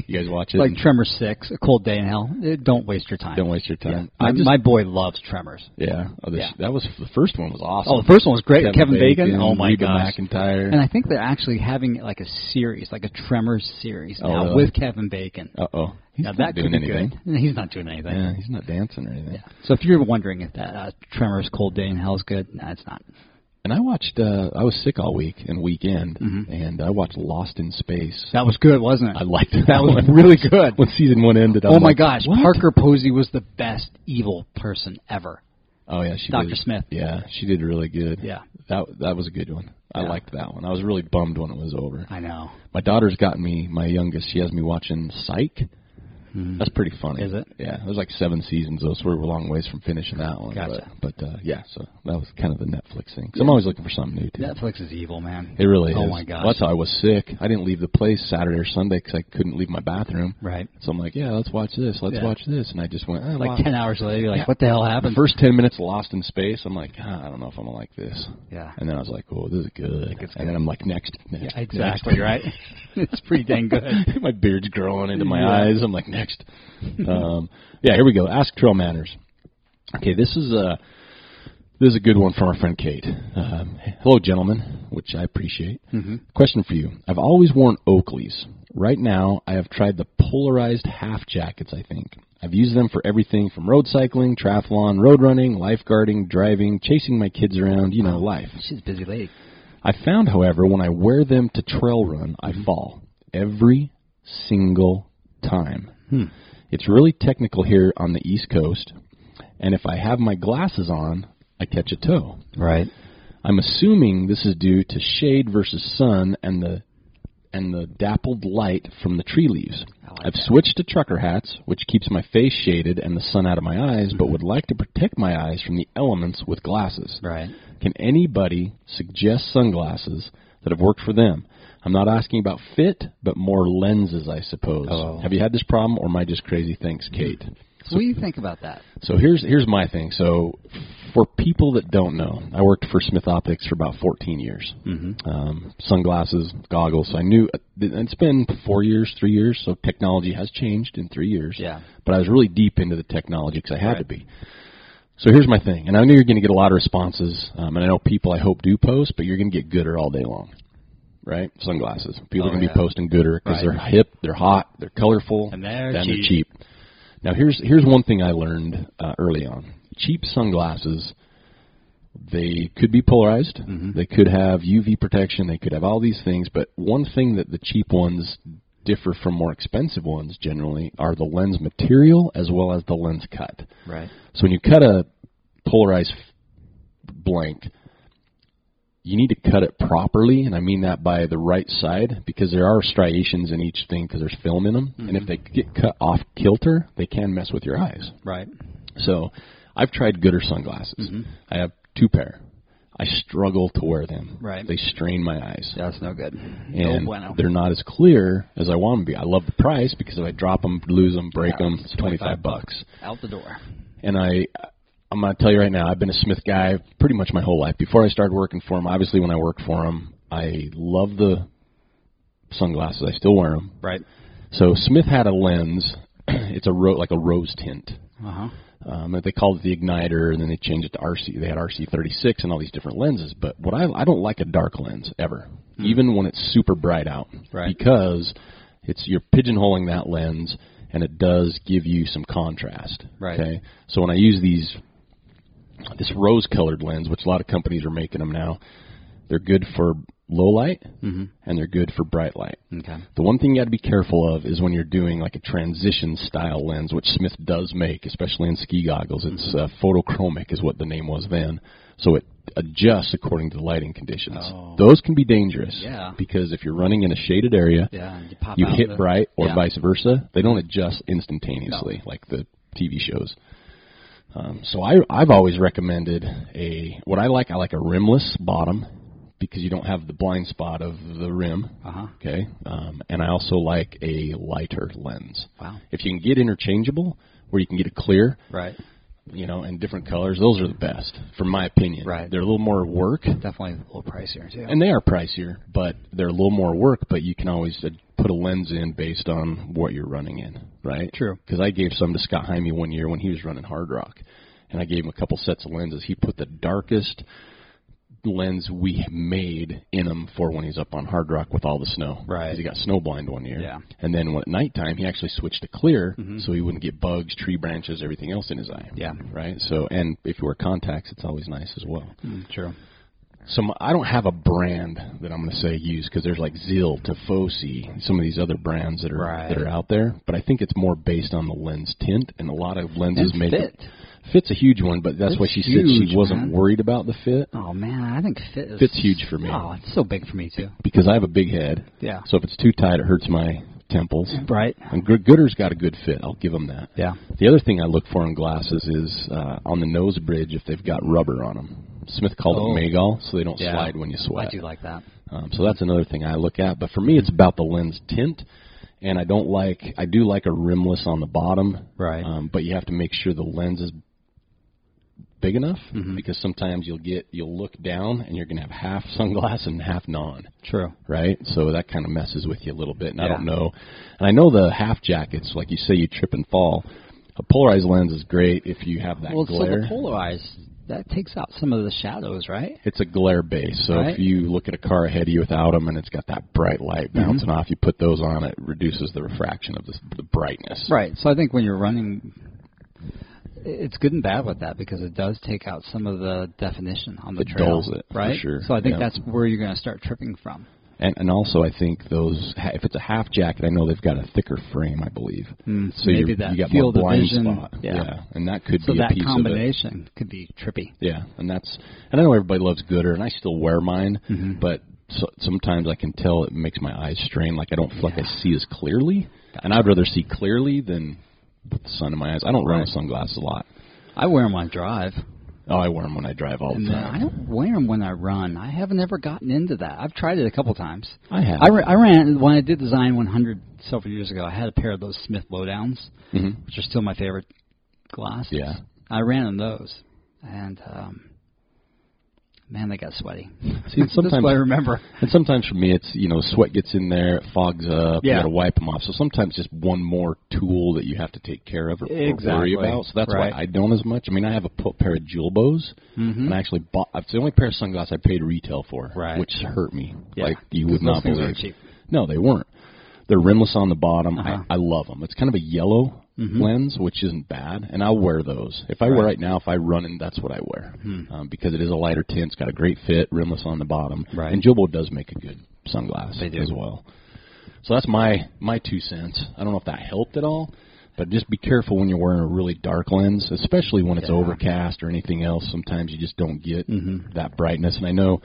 A: you guys watch it.
B: like
A: and
B: Tremor Six, A Cold Day in Hell. Eh, Don't waste your time.
A: don't waste your time.
B: My,
A: I just-
B: my boy loves Tremors.
A: yeah. Oh, this,
B: Yeah.
A: That was the first one was awesome.
B: Oh, the first one was great. Kevin, Bacon. Oh my
A: Reba
B: gosh.
A: McIntyre.
B: And I think they're actually having like a series, like a Tremors series
A: Oh,
B: now
A: really?
B: with Kevin Bacon.
A: Uh oh, he's
B: now
A: not
B: that
A: doing
B: could be
A: anything.
B: good. He's not doing anything.
A: Yeah, he's not dancing or anything.
B: Yeah. So if you're wondering if that uh, Tremors Cold Day in Hell is good, no, it's not.
A: And I watched. Uh, I was sick all week and weekend,
B: Mhm.
A: and I watched Lost in Space.
B: That was good, wasn't it?
A: I liked that,
B: that was
A: one.
B: really good.
A: When season one ended, I
B: Oh
A: was
B: my
A: like,
B: gosh,
A: what?
B: Parker Posey was the best evil person ever.
A: Oh yeah, she
B: Dr.
A: did-
B: Smith.
A: Yeah, she did really good.
B: Yeah.
A: that that was a good one. I
B: Yeah.
A: liked that one. I was really bummed when it was over.
B: I know.
A: My daughter's got me. My youngest, she has me watching Psych.
B: Hmm.
A: That's pretty funny.
B: Mm-hmm. Is it?
A: Yeah, it was like seven seasons though, so we're a long ways from finishing that one.
B: Gotcha.
A: But, but uh, yeah, so that was kind of the Netflix thing. So I'm always looking for something new too.
B: Netflix is evil, man.
A: It really
B: Oh
A: is.
B: my gosh.
A: Well, that's how I was sick. I didn't leave the place Saturday or Sunday because I couldn't leave my bathroom.
B: right.
A: So I'm like, yeah, let's watch this. Let's
B: Yeah.
A: watch this. And I just went, eh,
B: Like
A: wow.
B: ten hours later, you're like,
A: Yeah.
B: what the hell
A: the
B: happened?
A: first 10 minutes lost in space. I'm like, ah, I don't know if I'm going to like this.
B: yeah.
A: And then I was like, oh, this is good.
B: it's
A: And then I'm like, next. next
B: Yeah,
A: next.
B: exactly right. it's pretty dang good.
A: my beard's growing into my
B: Yeah.
A: eyes. I'm like, next. um, yeah, here we go. Ask Trail Manners. Okay, this is a this is a good one from our friend Kate. Um, hello, gentlemen, which I appreciate. Question for you: I've always worn Oakleys. Right now, I have tried the polarized half jackets. I think I've used them for everything from road cycling, triathlon, road running, lifeguarding, driving, chasing my kids around. You know, life.
B: She's a busy lady.
A: I found, however, when I wear them to trail run, I
B: Mm-hmm.
A: fall every single time.
B: Hmm.
A: It's really technical here on the East Coast, and if I have my glasses on, I catch a toe.
B: Right.
A: I'm assuming this is due to shade versus sun and the and the dappled light from the tree leaves.
B: I like
A: I've
B: that.
A: switched to trucker hats, which keeps my face shaded and the sun out of my eyes,
B: Mm-hmm.
A: but would like to protect my eyes from the elements with glasses.
B: Right.
A: Can anybody suggest sunglasses that have worked for them? I'm not asking about fit, but more lenses, I suppose.
B: Oh.
A: Have you had this problem, or am I just crazy? Thanks, Kate.
B: So what do you think about that?
A: So here's here's my thing. So for people that don't know, I worked for Smith Optics for about 14 years.
B: Mm-hmm.
A: Um, sunglasses, goggles. So I knew it's been four years, three years. So technology has changed in three years.
B: Yeah.
A: But I was really deep into the technology because I had to
B: Right.
A: be. So here's my thing, and I know you're going to get a lot of responses, um, and I know people I hope do post, but you're going to get gooder all day long, right? Sunglasses. People
B: Oh,
A: are going to
B: yeah.
A: be posting gooder because
B: Right.
A: they're hip, they're hot, they're colorful,
B: And they're
A: and
B: cheap.
A: they're cheap. Now here's here's one thing I learned uh, early on: cheap sunglasses. They could be polarized.
B: Mhm.
A: They could have UV protection. They could have all these things. But one thing that the cheap ones differ from more expensive ones generally are the lens material as well as the lens cut.
B: Right.
A: So when you cut a polarized f- blank, you need to cut it properly, and I mean that by the right side because there are striations in each thing because there's film in them,
B: Mm-hmm.
A: and if they get cut off kilter, they can mess with your eyes.
B: Right.
A: So I've tried gooder sunglasses.
B: Mm-hmm.
A: I have two pair. I struggle to wear them.
B: Right.
A: They strain my eyes.
B: That's no good.
A: And
B: no bueno.
A: they're not as clear as I want them to be. I love the price because if I drop them, lose them, break
B: Yeah,
A: them,
B: it's
A: it's 25
B: 25
A: bucks.
B: Out the door.
A: And I, I'm gonna tell you right now, I've been a Smith guy pretty much my whole life. Before I started working for him, obviously when I worked for him, I love the sunglasses. I still wear them.
B: Right.
A: So Smith had a lens. It's a ro- like a rose tint.
B: Uh huh.
A: Um, they called it the igniter, and then they changed it to RC. They had RC36 and all these different lenses. But what I I don't like a dark lens ever, even when it's super bright out,
B: Hmm. Right.
A: because it's you're pigeonholing that lens, and it does give you some contrast.
B: Right.
A: Okay. So when I use these this rose-colored lens, which a lot of companies are making them now, they're good for low light
B: Mm-hmm.
A: and they're good for bright light.
B: Okay.
A: The one thing you got to be careful of is when you're doing like a transition style lens, which Smith does make, especially in ski goggles. It's
B: Mm-hmm.
A: uh, photochromic, is what the name was then. So it adjusts according to the lighting conditions.
B: Oh.
A: Those can be dangerous
B: Yeah.
A: because if you're running in a shaded area,
B: Yeah. and You pop
A: you
B: out
A: hit
B: the-
A: bright or
B: Yeah.
A: vice versa. They don't adjust instantaneously like the TV shows. Um, so I, I've always recommended a what I like. I like a rimless bottom because you don't have the blind spot of the rim.
B: Uh huh.
A: Okay. Um, and I also like a lighter lens.
B: Wow.
A: If you can get interchangeable, where you can get a clear,
B: Right.
A: you know, and different colors, those are the best, from my opinion.
B: Right.
A: They're a little more work,
B: Definitely a little pricier too.
A: and they are pricier, but they're a little more work. But you can always uh, put a lens in based on what you're running in, right?
B: True.
A: Because I gave some to Scott Jaime one year when he was running Hard Rock, and I gave him a couple sets of lenses. He put the darkest lens we made in him for when he's up on Hard Rock with all the snow.
B: Right.
A: 'Cause he got snow blind one year.
B: Yeah. Mm-hmm.
A: And then when, at nighttime, he actually switched to clear so he wouldn't get bugs, tree branches, everything else in his eye.
B: Yeah.
A: Right. So, and if you wear contacts, it's always nice as well.
B: Mm, true.
A: So my, I don't have a brand that I'm going to say use because there's like Zill, Tifosi, some of these other brands that are
B: Right.
A: that are out there. But I think it's more based on the lens tint, and a lot of lenses
B: And
A: make
B: fit.
A: Fit's a huge one, but that's why
B: Fit's
A: she said
B: huge,
A: she wasn't
B: man.
A: worried about the fit
B: Oh man, I think fit is
A: Fit's huge for me.
B: Oh, it's so big for me too.
A: because I have a big head.
B: Yeah.
A: So if it's too tight, it hurts my temples.
B: Right.
A: And Good- Gooder's got a good fit. I'll give him that.
B: Yeah.
A: The other thing I look for in glasses is uh, on the nose bridge if they've got rubber on them. Smith called
B: Oh.
A: it Magol, so they don't
B: Yeah.
A: slide when you sweat.
B: I do like that.
A: Um, so that's another thing I look at. But for me, it's about the lens tint, and I don't like. I do like a rimless on the bottom,
B: Right.
A: Um, but you have to make sure the lens is big enough
B: Mhm.
A: because sometimes you'll get you'll look down and you're gonna have half sunglass and half non,
B: True.
A: right? So that kind of messes with you a little bit. And I
B: Yeah.
A: don't know. And I know the half jackets, like you say, you trip and fall. A polarized lens is great if you have that
B: well, so
A: glare.
B: the polarized that takes out some of the shadows, right?
A: It's a glare base. So
B: Right.
A: if you look at a car ahead of you without them and it's got that bright light
B: Mm-hmm.
A: bouncing off, you put those on, it reduces the refraction of the, the brightness.
B: Right. So I think when you're running, it's good and bad with that because it does take out some of the definition on the
A: It
B: trail.
A: dulls it, for
B: right.
A: sure.
B: So I think
A: Yeah.
B: that's where you're going to start tripping from.
A: And, and also, I think those, ha- if it's a half jacket, I know they've got a thicker frame, I believe.
B: Mm,
A: So
B: maybe
A: you
B: that
A: you got
B: field
A: more
B: of
A: blind
B: vision.
A: spot.
B: Yeah.
A: And that could
B: So
A: be
B: that
A: a piece of it.
B: combination could be trippy.
A: Yeah, and that's and I know everybody loves gooder, and I still wear mine,
B: Mhm.
A: but so, sometimes I can tell it makes my eyes strain. Like I don't feel like
B: Yeah.
A: I see as clearly, and I'd rather see clearly than with the sun in my eyes. I don't run with sunglasses a lot.
B: I wear them on drive.
A: Oh, I wear them when I drive all
B: And
A: the
B: then I
A: time.
B: don't wear them when I run. I haven't ever gotten into that. I've tried it a couple times.
A: I have.
B: I, ra- I ran when I did Design 100 several years ago. I had a pair of those Smith Lowdowns,
A: Mhm.
B: which are still my favorite glasses.
A: Yeah.
B: I ran in those, and um, man, they got sweaty.
A: See, and
B: That's
A: sometimes-
B: what I remember.
A: And sometimes for me, it's you know sweat gets in there, it fogs up. You
B: Yeah.
A: got to wipe them off. So sometimes just one more tool that you have to take care of or, or worry
B: Exactly.
A: about. So that's
B: Right.
A: why I don't as much. I mean, I have a p- pair of Julbos,
B: Mhm.
A: and I actually bought. It's the only pair of sunglasses I paid retail for,
B: Right.
A: which hurt me.
B: Yeah.
A: Like you
B: 'Cause
A: would
B: those
A: not
B: things
A: believe.
B: aren't cheap.
A: No, they weren't. They're rimless on the bottom.
B: Uh-huh. Mm-hmm.
A: I, I love them. It's kind of a yellow lens, which isn't bad, and I'll wear those. If I wear right now, if I run in, that's what I wear
B: Hmm.
A: um, because it is a lighter tint. It's got a great fit, rimless on the bottom,
B: Right.
A: and Jilbo does make a good sunglass
B: They do.
A: as well. So that's my my two cents. I don't know if that helped at all, but just be careful when you're wearing a really dark lens, especially when it's
B: Yeah. Mm-hmm.
A: overcast or anything else. Sometimes you just don't get that brightness. And I know,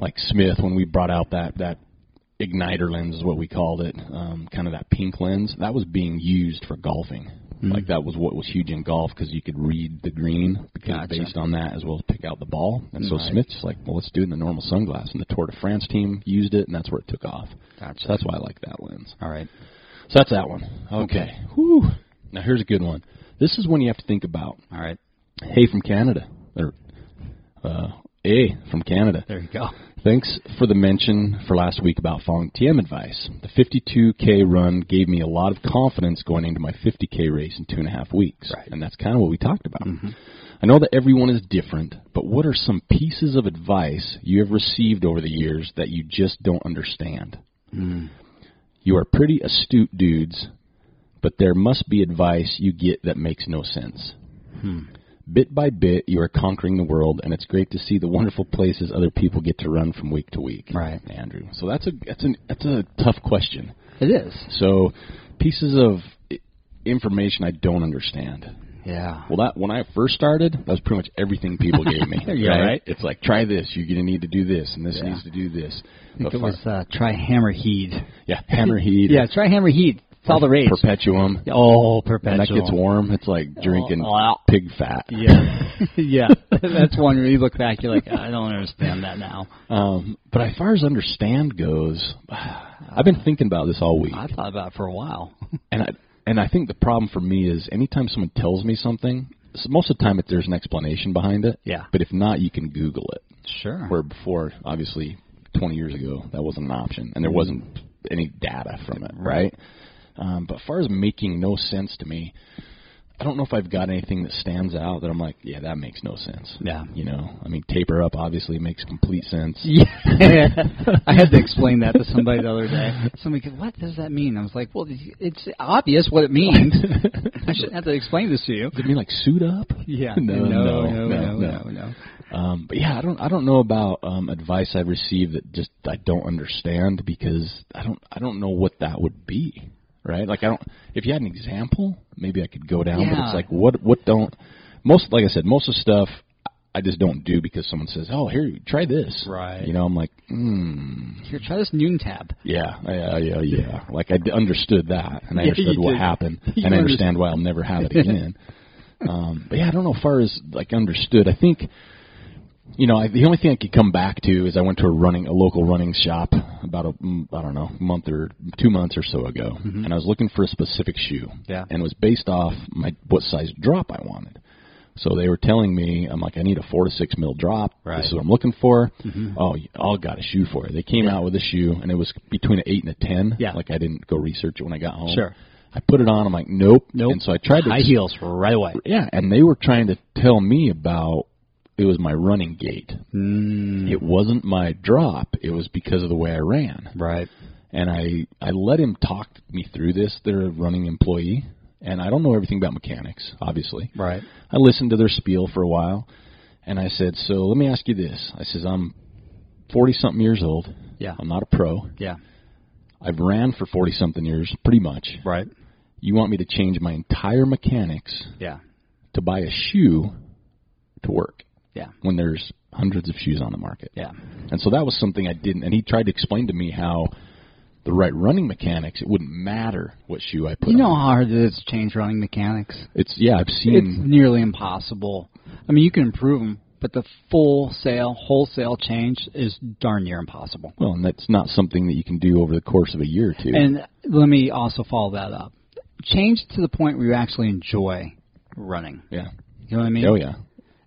A: like Smith, when we brought out that that igniter lens is what we called it, um, kind of that pink lens that was being used for golfing.
B: Mm-hmm.
A: Like that was what was huge in golf because you could read the green because
B: Gotcha.
A: based on that as well as pick out the ball. And so
B: Right.
A: Smith's like, well, let's do it in the normal sunglass. And the Tour de France team used it, and that's where it took off.
B: Gotcha.
A: So that's why I like that lens.
B: All right.
A: So that's that one. Okay. Whew. Now here's a good one. This is one you have to think about.
B: All right.
A: Hey from Canada. Or uh A from Canada.
B: There you go.
A: Thanks for the mention for last week about following TM advice. The 52K run gave me a lot of confidence going into my 50K race in two and a half weeks.
B: Right.
A: And that's kind of what we talked about. I know that everyone is different, but what are some pieces of advice you have received over the years that you just don't understand?
B: Hmm.
A: You are pretty astute dudes, but there must be advice you get that makes no sense.
B: Hmm.
A: Bit by bit, you are conquering the world, and it's great to see the wonderful places other people get to run from week to week.
B: Right.
A: Andrew. So that's a that's an that's a tough question.
B: It is.
A: So pieces of i- information I don't understand.
B: Yeah.
A: Well, that when I first started, that was pretty much everything people gave me.
B: There you go, right?
A: It's like try this. You're gonna need to do this, and this
B: Yeah.
A: needs to do this.
B: I think
A: But
B: it
A: far-
B: was uh, try hammer heat.
A: yeah, hammer heat.
B: Yeah, try hammer heat. It's all the rage.
A: Perpetuum.
B: Oh,
A: And
B: perpetual.
A: that gets warm. It's like drinking
B: wow.
A: pig fat.
B: Oh, Yeah, yeah. That's one where you look back, you're like, I don't understand that now.
A: Um, but as far as understand goes, I've been thinking about this all week,
B: I thought about it for a while.
A: and I and I think the problem for me is anytime someone tells me something, s- most of the time it, there's an explanation behind it.
B: Yeah.
A: But if not, you can Google it.
B: Sure.
A: Where before, obviously, 20 years ago, that wasn't an option, and there wasn't any data from it, right? Um, but as far as making no sense to me, I don't know if I've got anything that stands out that I'm like, yeah, that makes no sense.
B: Yeah.
A: You know, I mean, taper up obviously makes complete sense.
B: Yeah, I had to explain that to somebody the other day. Somebody goes, "What does that mean?" I was like, "Well, it's obvious what it means. I shouldn't have to explain this to you."
A: Did it mean like suit up?
B: Yeah.
A: No, no,
B: no, no, no, no.
A: Um, but yeah, I don't, I don't know about um, advice I've received that just I don't understand because I don't, I don't know what that would be, right? Like I don't. If you had an example, maybe I could go down. But
B: Yeah.
A: it's like what, what don't most? Like I said, most of the stuff I just don't do because someone says, "Oh, here, try this."
B: Right.
A: You know, I'm like, hmm.
B: Here, try this Noon tab.
A: Yeah, yeah, yeah, yeah. Like I d- understood that, and I
B: Yeah, you
A: understood what
B: did.
A: happened,
B: You
A: and I
B: understood.
A: understand why I'll never have it again. um, but yeah, I don't know. As far as like understood, I think you know I, the only thing I could come back to is I went to a running a local running shop about a mm, I don't know month or two months or so ago, and I was looking for a specific shoe.
B: Mm-hmm. Yeah.
A: and it was based off my what size drop I wanted. So they were telling me, I'm like, I need a four to six mil drop.
B: Right.
A: This is what I'm looking for.
B: Mm-hmm.
A: Oh, y- I'll got a shoe for it. They came out with a shoe, and it was between an eight and a ten.
B: Yeah.
A: Like I didn't go research it when I got home.
B: Sure.
A: I put it on. I'm like, nope,
B: Nope.
A: And so I tried to
B: high heels right away.
A: Yeah, and they were trying to tell me about it was my running gait.
B: Mm,
A: It wasn't my drop. It was because of the way I ran
B: right.
A: and I I let him talk me through this. They're a running employee, and I don't know everything about mechanics, obviously.
B: Right.
A: I listened to their spiel for a while, and I said, "So let me ask you this." I says, "I'm forty something years old.
B: Yeah.
A: I'm not a pro.
B: Yeah.
A: I've ran for forty something years, pretty much.
B: Right.
A: You want me to change my entire mechanics
B: Yeah.
A: to buy a shoe to work
B: Yeah.
A: when there's hundreds of shoes on the market?"
B: Yeah.
A: And so that was something I didn't. And he tried to explain to me how the right running mechanics, it wouldn't matter what shoe I put
B: You know
A: on.
B: how hard it Hmm. is to change running mechanics.
A: It's yeah, I've
B: It's
A: seen
B: nearly impossible. I mean, you can improve them, but the full sale, wholesale change is darn near impossible.
A: well, and that's not something that you can do over the course of a year or two.
B: And let me also follow that up. Change to the point where you actually enjoy running.
A: yeah.
B: You know what I mean?
A: Oh yeah.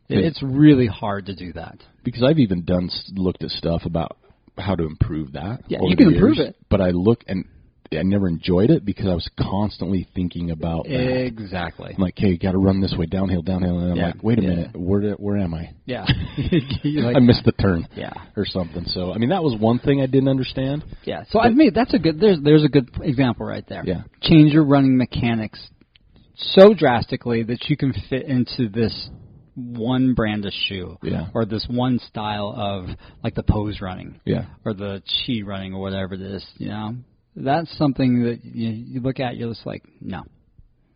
B: It- It's really hard to do that.
A: Because I've even done s- looked at stuff about how to improve that.
B: Yeah,
A: over
B: you
A: the
B: can improve
A: years,
B: it.
A: But I look and I never enjoyed it because I was constantly thinking about that.
B: Exactly.
A: I'm like, hey, you got to run this way, downhill, downhill, and I'm
B: Yeah,
A: like, wait a
B: yeah.
A: minute, where did, where am I?
B: Yeah.
A: I missed the turn.
B: Yeah.
A: Or something. So I mean, that was one thing I didn't understand.
B: Yeah. So I mean, that's a good. There's there's a good example right there.
A: Yeah.
B: Change your running mechanics so drastically that you can fit into this one brand of shoe.
A: Yeah.
B: Or this one style of like the pose running.
A: Yeah.
B: Or the chi running or whatever it is. You know, that's something that you, you look at. You're just like, no.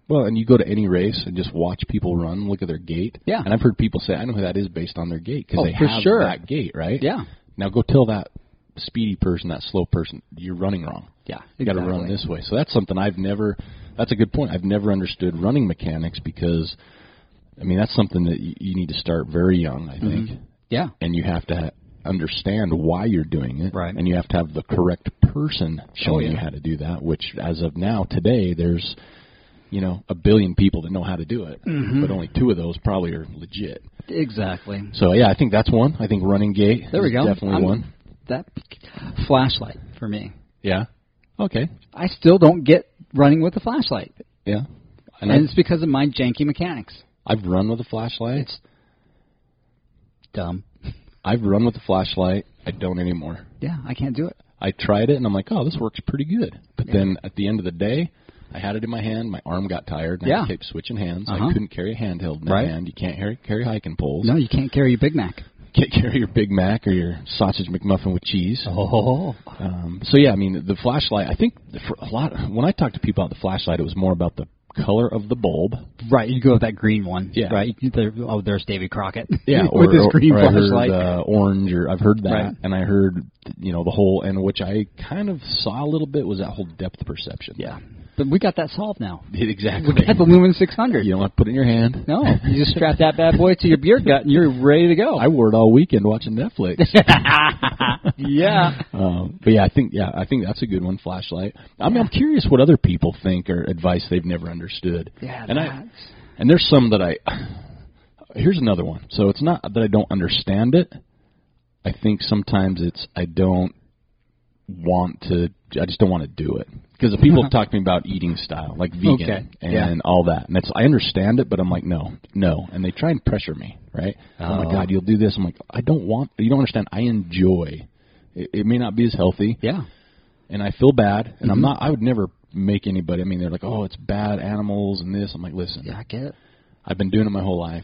A: Well, and you go to any race and just watch people run, look at their gait.
B: Yeah.
A: And I've heard people say, I know who that is based on their gait because
B: Oh,
A: they
B: for
A: have
B: sure.
A: that gait, right?
B: Yeah.
A: Now go tell that speedy person, that slow person, you're running wrong.
B: Yeah.
A: You got to run
B: exactly.
A: this way. So that's something I've never. That's a good point. I've never understood running mechanics because, I mean, that's something that you, you need to start very young, I think,
B: Yeah.
A: and you have to ha- understand why you're doing it,
B: Right. Oh,
A: And you have to have the correct person showing
B: yeah.
A: you how to do that. Which, as of now, today, there's, you know, a billion people that know how to do it,
B: Mm-hmm.
A: but only two of those probably are legit.
B: Exactly.
A: So yeah, I think that's one. I think running gate.
B: There we
A: is
B: go.
A: Definitely
B: I'm-
A: one.
B: That flashlight for me.
A: Yeah. Okay.
B: I still don't get running with a flashlight.
A: Yeah. And,
B: And it's because of my janky mechanics.
A: I've, I've run with a flashlight.
B: Dumb.
A: I've run with a flashlight. I don't anymore.
B: Yeah, I can't do it.
A: I tried it and I'm like, oh, this works pretty good. But then at the end of the day, I had it in my hand. My arm got tired. And
B: Yeah.
A: I kept switching hands.
B: Uh-huh.
A: I couldn't carry a handheld in my
B: Right.
A: hand. You can't carry, carry hiking poles.
B: No, you can't carry a Big Mac.
A: Can't carry your Big Mac or your sausage McMuffin with cheese.
B: Oh.
A: Um, so yeah, I mean the flashlight. I think the, for a lot. When I talked to people about the flashlight, it was more about the color of the bulb.
B: Right, you go with that green one.
A: Yeah.
B: Right. You- there- oh, there's Davy Crockett.
A: Yeah, or,
B: with his
A: or-
B: green
A: or I heard,
B: flashlight.
A: uh, orange, or I've heard that,
B: Right.
A: and I heard you know the whole, and which I kind of saw a little bit was that whole depth perception.
B: yeah. But we got that solved now.
A: exactly.
B: We got the Lumen 600.
A: You don't have to put it in your hand.
B: No, you just strap that bad boy to your beer gut and you're ready to go.
A: I wore it all weekend watching Netflix.
B: yeah.
A: um, but yeah, I think yeah, I think that's a good one. Flashlight. I mean, I'm curious what other people think or advice they've never understood.
B: Yeah,
A: and I
B: that's-
A: and there's some that I. Here's another one. So it's not that I don't understand it. I think sometimes it's I don't want to. I just don't want to do it because the people talk to me about eating style, like vegan
B: Uh-huh. Okay,
A: and
B: yeah.
A: all that, and it's I understand it, but I'm like no, no, and they try and pressure me, right? Oh, my
B: Oh.
A: god, you'll do this. I'm like I don't want. You don't understand. I enjoy. It, it may not be as healthy,
B: Yeah.
A: and I feel bad, and
B: Mm-hmm.
A: I'm not. I would never make anybody. I mean, they're like, oh, it's bad animals and this. I'm like, listen,
B: Yeah, I get it.
A: I've been doing it my whole life.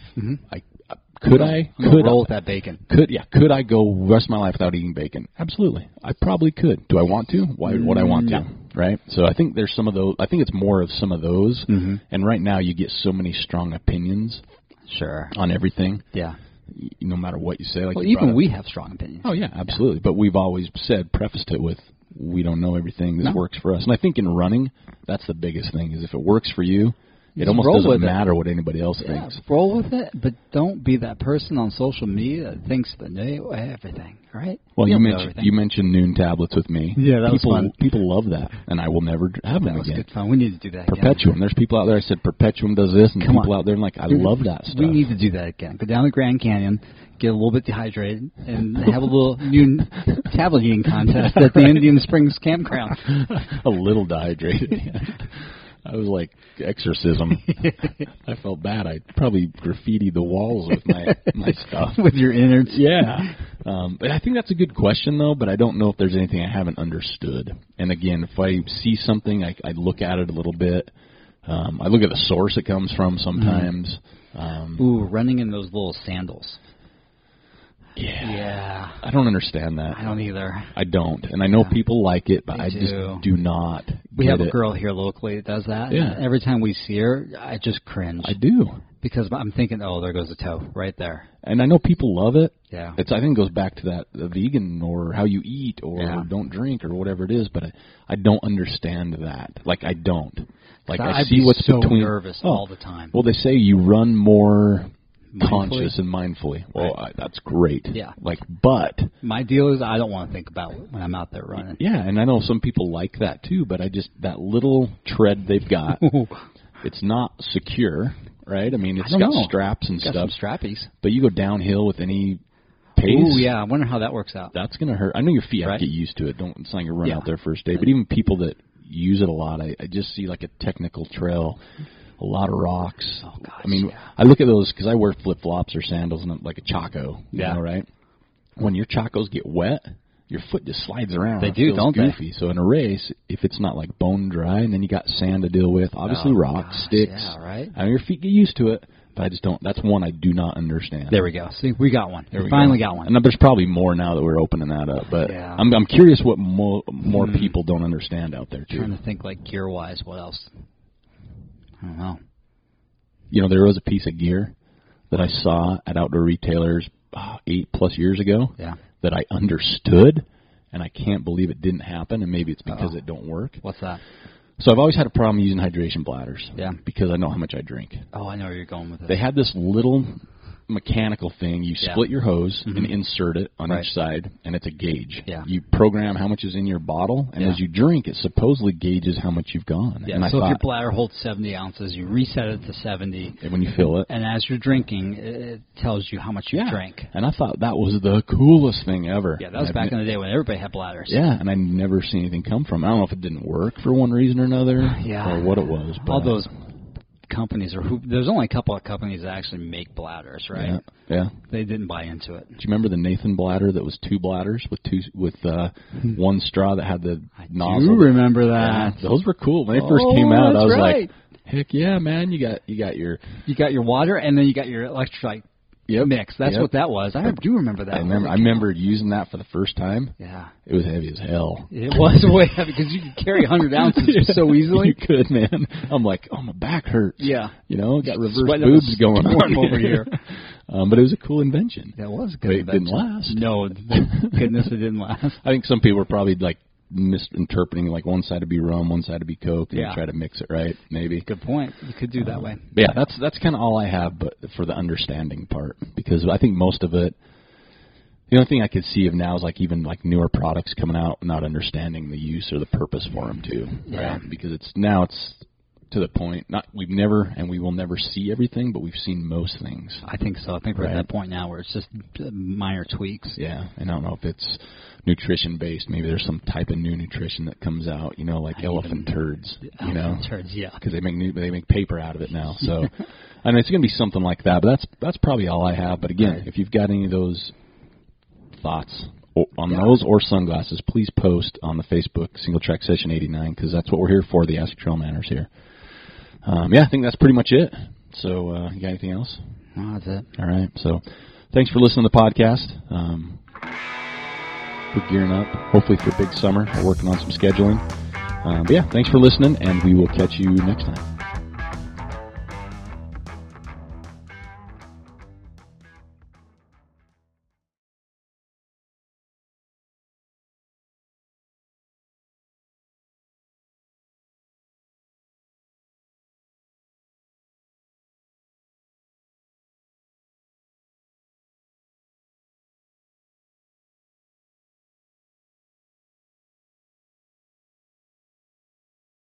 A: I, I could I
B: I'm gonna
A: could
B: Mm-hmm.
A: I,
B: roll with that bacon.
A: could yeah could I go rest of my life without eating bacon? Absolutely, I probably could. Do I want to? Why would I want to?
B: No.
A: Right. So I think there's some of those. I think it's more of some of those.
B: Mm-hmm.
A: And right now, you get so many strong opinions
B: Sure.
A: on everything,
B: Oh, Yeah.
A: y- no matter what you say. Like
B: Well,
A: you brought
B: even
A: up-
B: we have strong opinions.
A: Oh yeah, absolutely. But we've always said prefaced it with we don't know everything. This
B: No.
A: works for us. And I think in running, that's the biggest thing is if it works for you, it
B: Just
A: almost
B: roll
A: doesn't
B: with it.
A: matter what anybody else
B: Yeah,
A: thinks.
B: roll with it, but don't be that person on social media that thinks that they know everything, right?
A: Well, you
B: don't know
A: mentioned
B: everything.
A: you mentioned noon tablets with me.
B: Yeah, that was
A: people,
B: fun.
A: People love that, and I will never d- have
B: that
A: them
B: was
A: again.
B: good fun. We need to do that. again.
A: Perpetuum. There's people out there. I said Perpetuum does this, and
B: Come
A: people
B: on.
A: out there are like, I
B: Dude,
A: love that stuff.
B: We need to do that again. Go down the Grand Canyon, get a little bit dehydrated, and have a little noon tablet eating contest at the Indian Springs campground.
A: a little dehydrated. I was like exorcism. I felt bad. I probably graffitied the walls with my my stuff.
B: with your innards.
A: yeah. Um, but I think that's a good question, though. But I don't know if there's anything I haven't understood. And again, if I see something, I, I look at it a little bit. Um, I look at the source it comes from sometimes. Um,
B: Ooh, running in those little sandals.
A: Yeah.
B: Yeah.
A: I don't understand that.
B: I don't either.
A: I don't. And I know
B: Yeah.
A: people like it, but
B: They
A: I just
B: do.
A: do not.
B: We
A: get
B: have a
A: it.
B: girl here locally that does that.
A: Yeah.
B: And every time we see her, I just cringe
A: I do.
B: because I'm thinking, oh, there goes a toe right there.
A: And I know people love it.
B: Yeah.
A: It's I think it goes back to that the vegan or how you eat or
B: Yeah.
A: don't drink or whatever it is, but I, I don't understand that. Like I don't. Like
B: So
A: I
B: I'd
A: see
B: be
A: what's
B: so
A: between
B: nervous
A: Oh,
B: all the time.
A: Well, they say you run more
B: Mindfully?
A: conscious and mindfully. Well, I, that's great.
B: Yeah.
A: Like, but
B: My deal is I don't want to think about it when I'm out there running.
A: yeah, and I know some people like that too, but I just that little tread they've got, it's not secure, right? I mean, it's
B: don't
A: got
B: know.
A: straps and
B: Got
A: stuff,
B: some strappies.
A: but you go downhill with any pace.
B: Ooh, yeah. I wonder how that works out.
A: that's gonna hurt. I know your feet have
B: Right.
A: to get used to it. Don't it's not gonna run
B: Yeah.
A: out there first day. But even people that use it a lot, I, I just see like a technical trail, a lot of rocks.
B: Oh, gosh,
A: I mean,
B: yeah.
A: I look at those because I wear flip flops or sandals and I'm like a choco. You
B: Yeah.
A: know, right. When your chacos get wet, your foot just slides around.
B: They
A: It
B: do,
A: feels
B: don't they?
A: goofy. So in a race, if it's not like bone dry, and then you got sand to deal with, obviously
B: Oh,
A: rocks,
B: gosh,
A: sticks.
B: yeah, right.
A: I mean, your feet get used to it, but I just don't. That's one I do not understand.
B: There we go. See, we got one.
A: There
B: we
A: we
B: finally
A: go.
B: got one.
A: And there's probably more now that we're opening that up, but
B: Yeah.
A: I'm I'm curious what mo- more
B: Hmm.
A: people don't understand out there too.
B: trying to think like gear wise, what else? I don't know.
A: You know, there was a piece of gear that I saw at outdoor retailers uh, eight plus years ago
B: Yeah.
A: that I understood, and I can't believe it didn't happen. And maybe it's because
B: Uh-oh.
A: it don't work.
B: What's that?
A: So I've always had a problem using hydration bladders.
B: Yeah.
A: Because I know how much I drink.
B: Oh, I know where you're going with this.
A: They had this little mechanical thing. You
B: Yeah.
A: split your hose and
B: Mhm.
A: insert it on
B: Right.
A: each side, and it's a gauge.
B: Yeah.
A: You program how much is in your bottle, and
B: Yeah.
A: as you drink, it supposedly gauges how much you've gone.
B: yeah.
A: and I
B: so if your
A: thought,
B: bladder holds 70 ounces, you reset it to 70,
A: when you fill it,
B: and as you're drinking, it, it tells you how much you
A: yeah.
B: drank.
A: And I thought that was the coolest thing ever.
B: Yeah, that was
A: I've
B: back
A: ne-
B: in the day when everybody had bladders.
A: Yeah, and I never seen anything come from. it. I don't know if it didn't work for one reason or another,
B: Yeah.
A: or what it was. But
B: All those companies, or who? There's only a couple of companies that actually make bladders, right?
A: Yeah, yeah.
B: They didn't buy into it.
A: Do you remember the Nathan bladder that was two bladders with two with uh, one straw that had the
B: Hmm. I
A: nozzle?
B: do remember
A: Yeah,
B: that.
A: those were cool when they first came
B: Oh,
A: out. I
B: that's
A: was
B: right.
A: like, "Heck yeah, man! You got you got your
B: You got your water, and then you got your electrolyte
A: yep,
B: mix. That's
A: yep.
B: what that was. I do remember that.
A: I remember. I remember using that for the first time.
B: Yeah.
A: It was heavy as hell.
B: It was way heavy because you could carry 100 ounces so
A: you
B: easily.
A: could, man. I'm like, oh, my back hurts.
B: Yeah.
A: You know, got reverse
B: Sweating up a
A: boobs going on
B: storm over here.
A: um, but it was a cool invention.
B: That was a
A: But
B: good.
A: it didn't
B: invention.
A: last.
B: No, goodness, it didn't last.
A: I think some people were probably like misinterpreting, like one side to be rum, one side to be coke, and
B: Yeah.
A: try to mix it right. Maybe.
B: Good point. You could do that way.
A: But Um, yeah, that's that's kind of all I have, but for the understanding part, because I think most of it. The only thing I could see of now is like even like newer products coming out, not understanding the use or the purpose for them too,
B: Yeah.
A: right? Because it's now it's to the point. Not we've never and we will never see everything, but we've seen most things.
B: I think so. I think we're at
A: Right.
B: that point now where it's just minor tweaks.
A: Yeah, and I don't know if it's nutrition based. Maybe there's some type of new nutrition that comes out, you know, like
B: I
A: elephant turds, you know,
B: Elephant turds, Um, yeah.
A: because they make new, they make paper out of it now. So, I mean, it's going to be something like that. But that's that's probably all I have. But again,
B: Right.
A: if you've got any of those thoughts o- on those or sunglasses, please post on the Facebook Single Track Session 89 because that's what we're here for. The Ask Trail Manners here. Um, yeah, I think that's pretty much it. So, uh, you got anything else?
B: No, that's it.
A: All right. So, thanks for listening to the podcast. Um, we're gearing up, hopefully for big summer. We're working on some scheduling. Um, but yeah, thanks for listening, and we will catch you next time.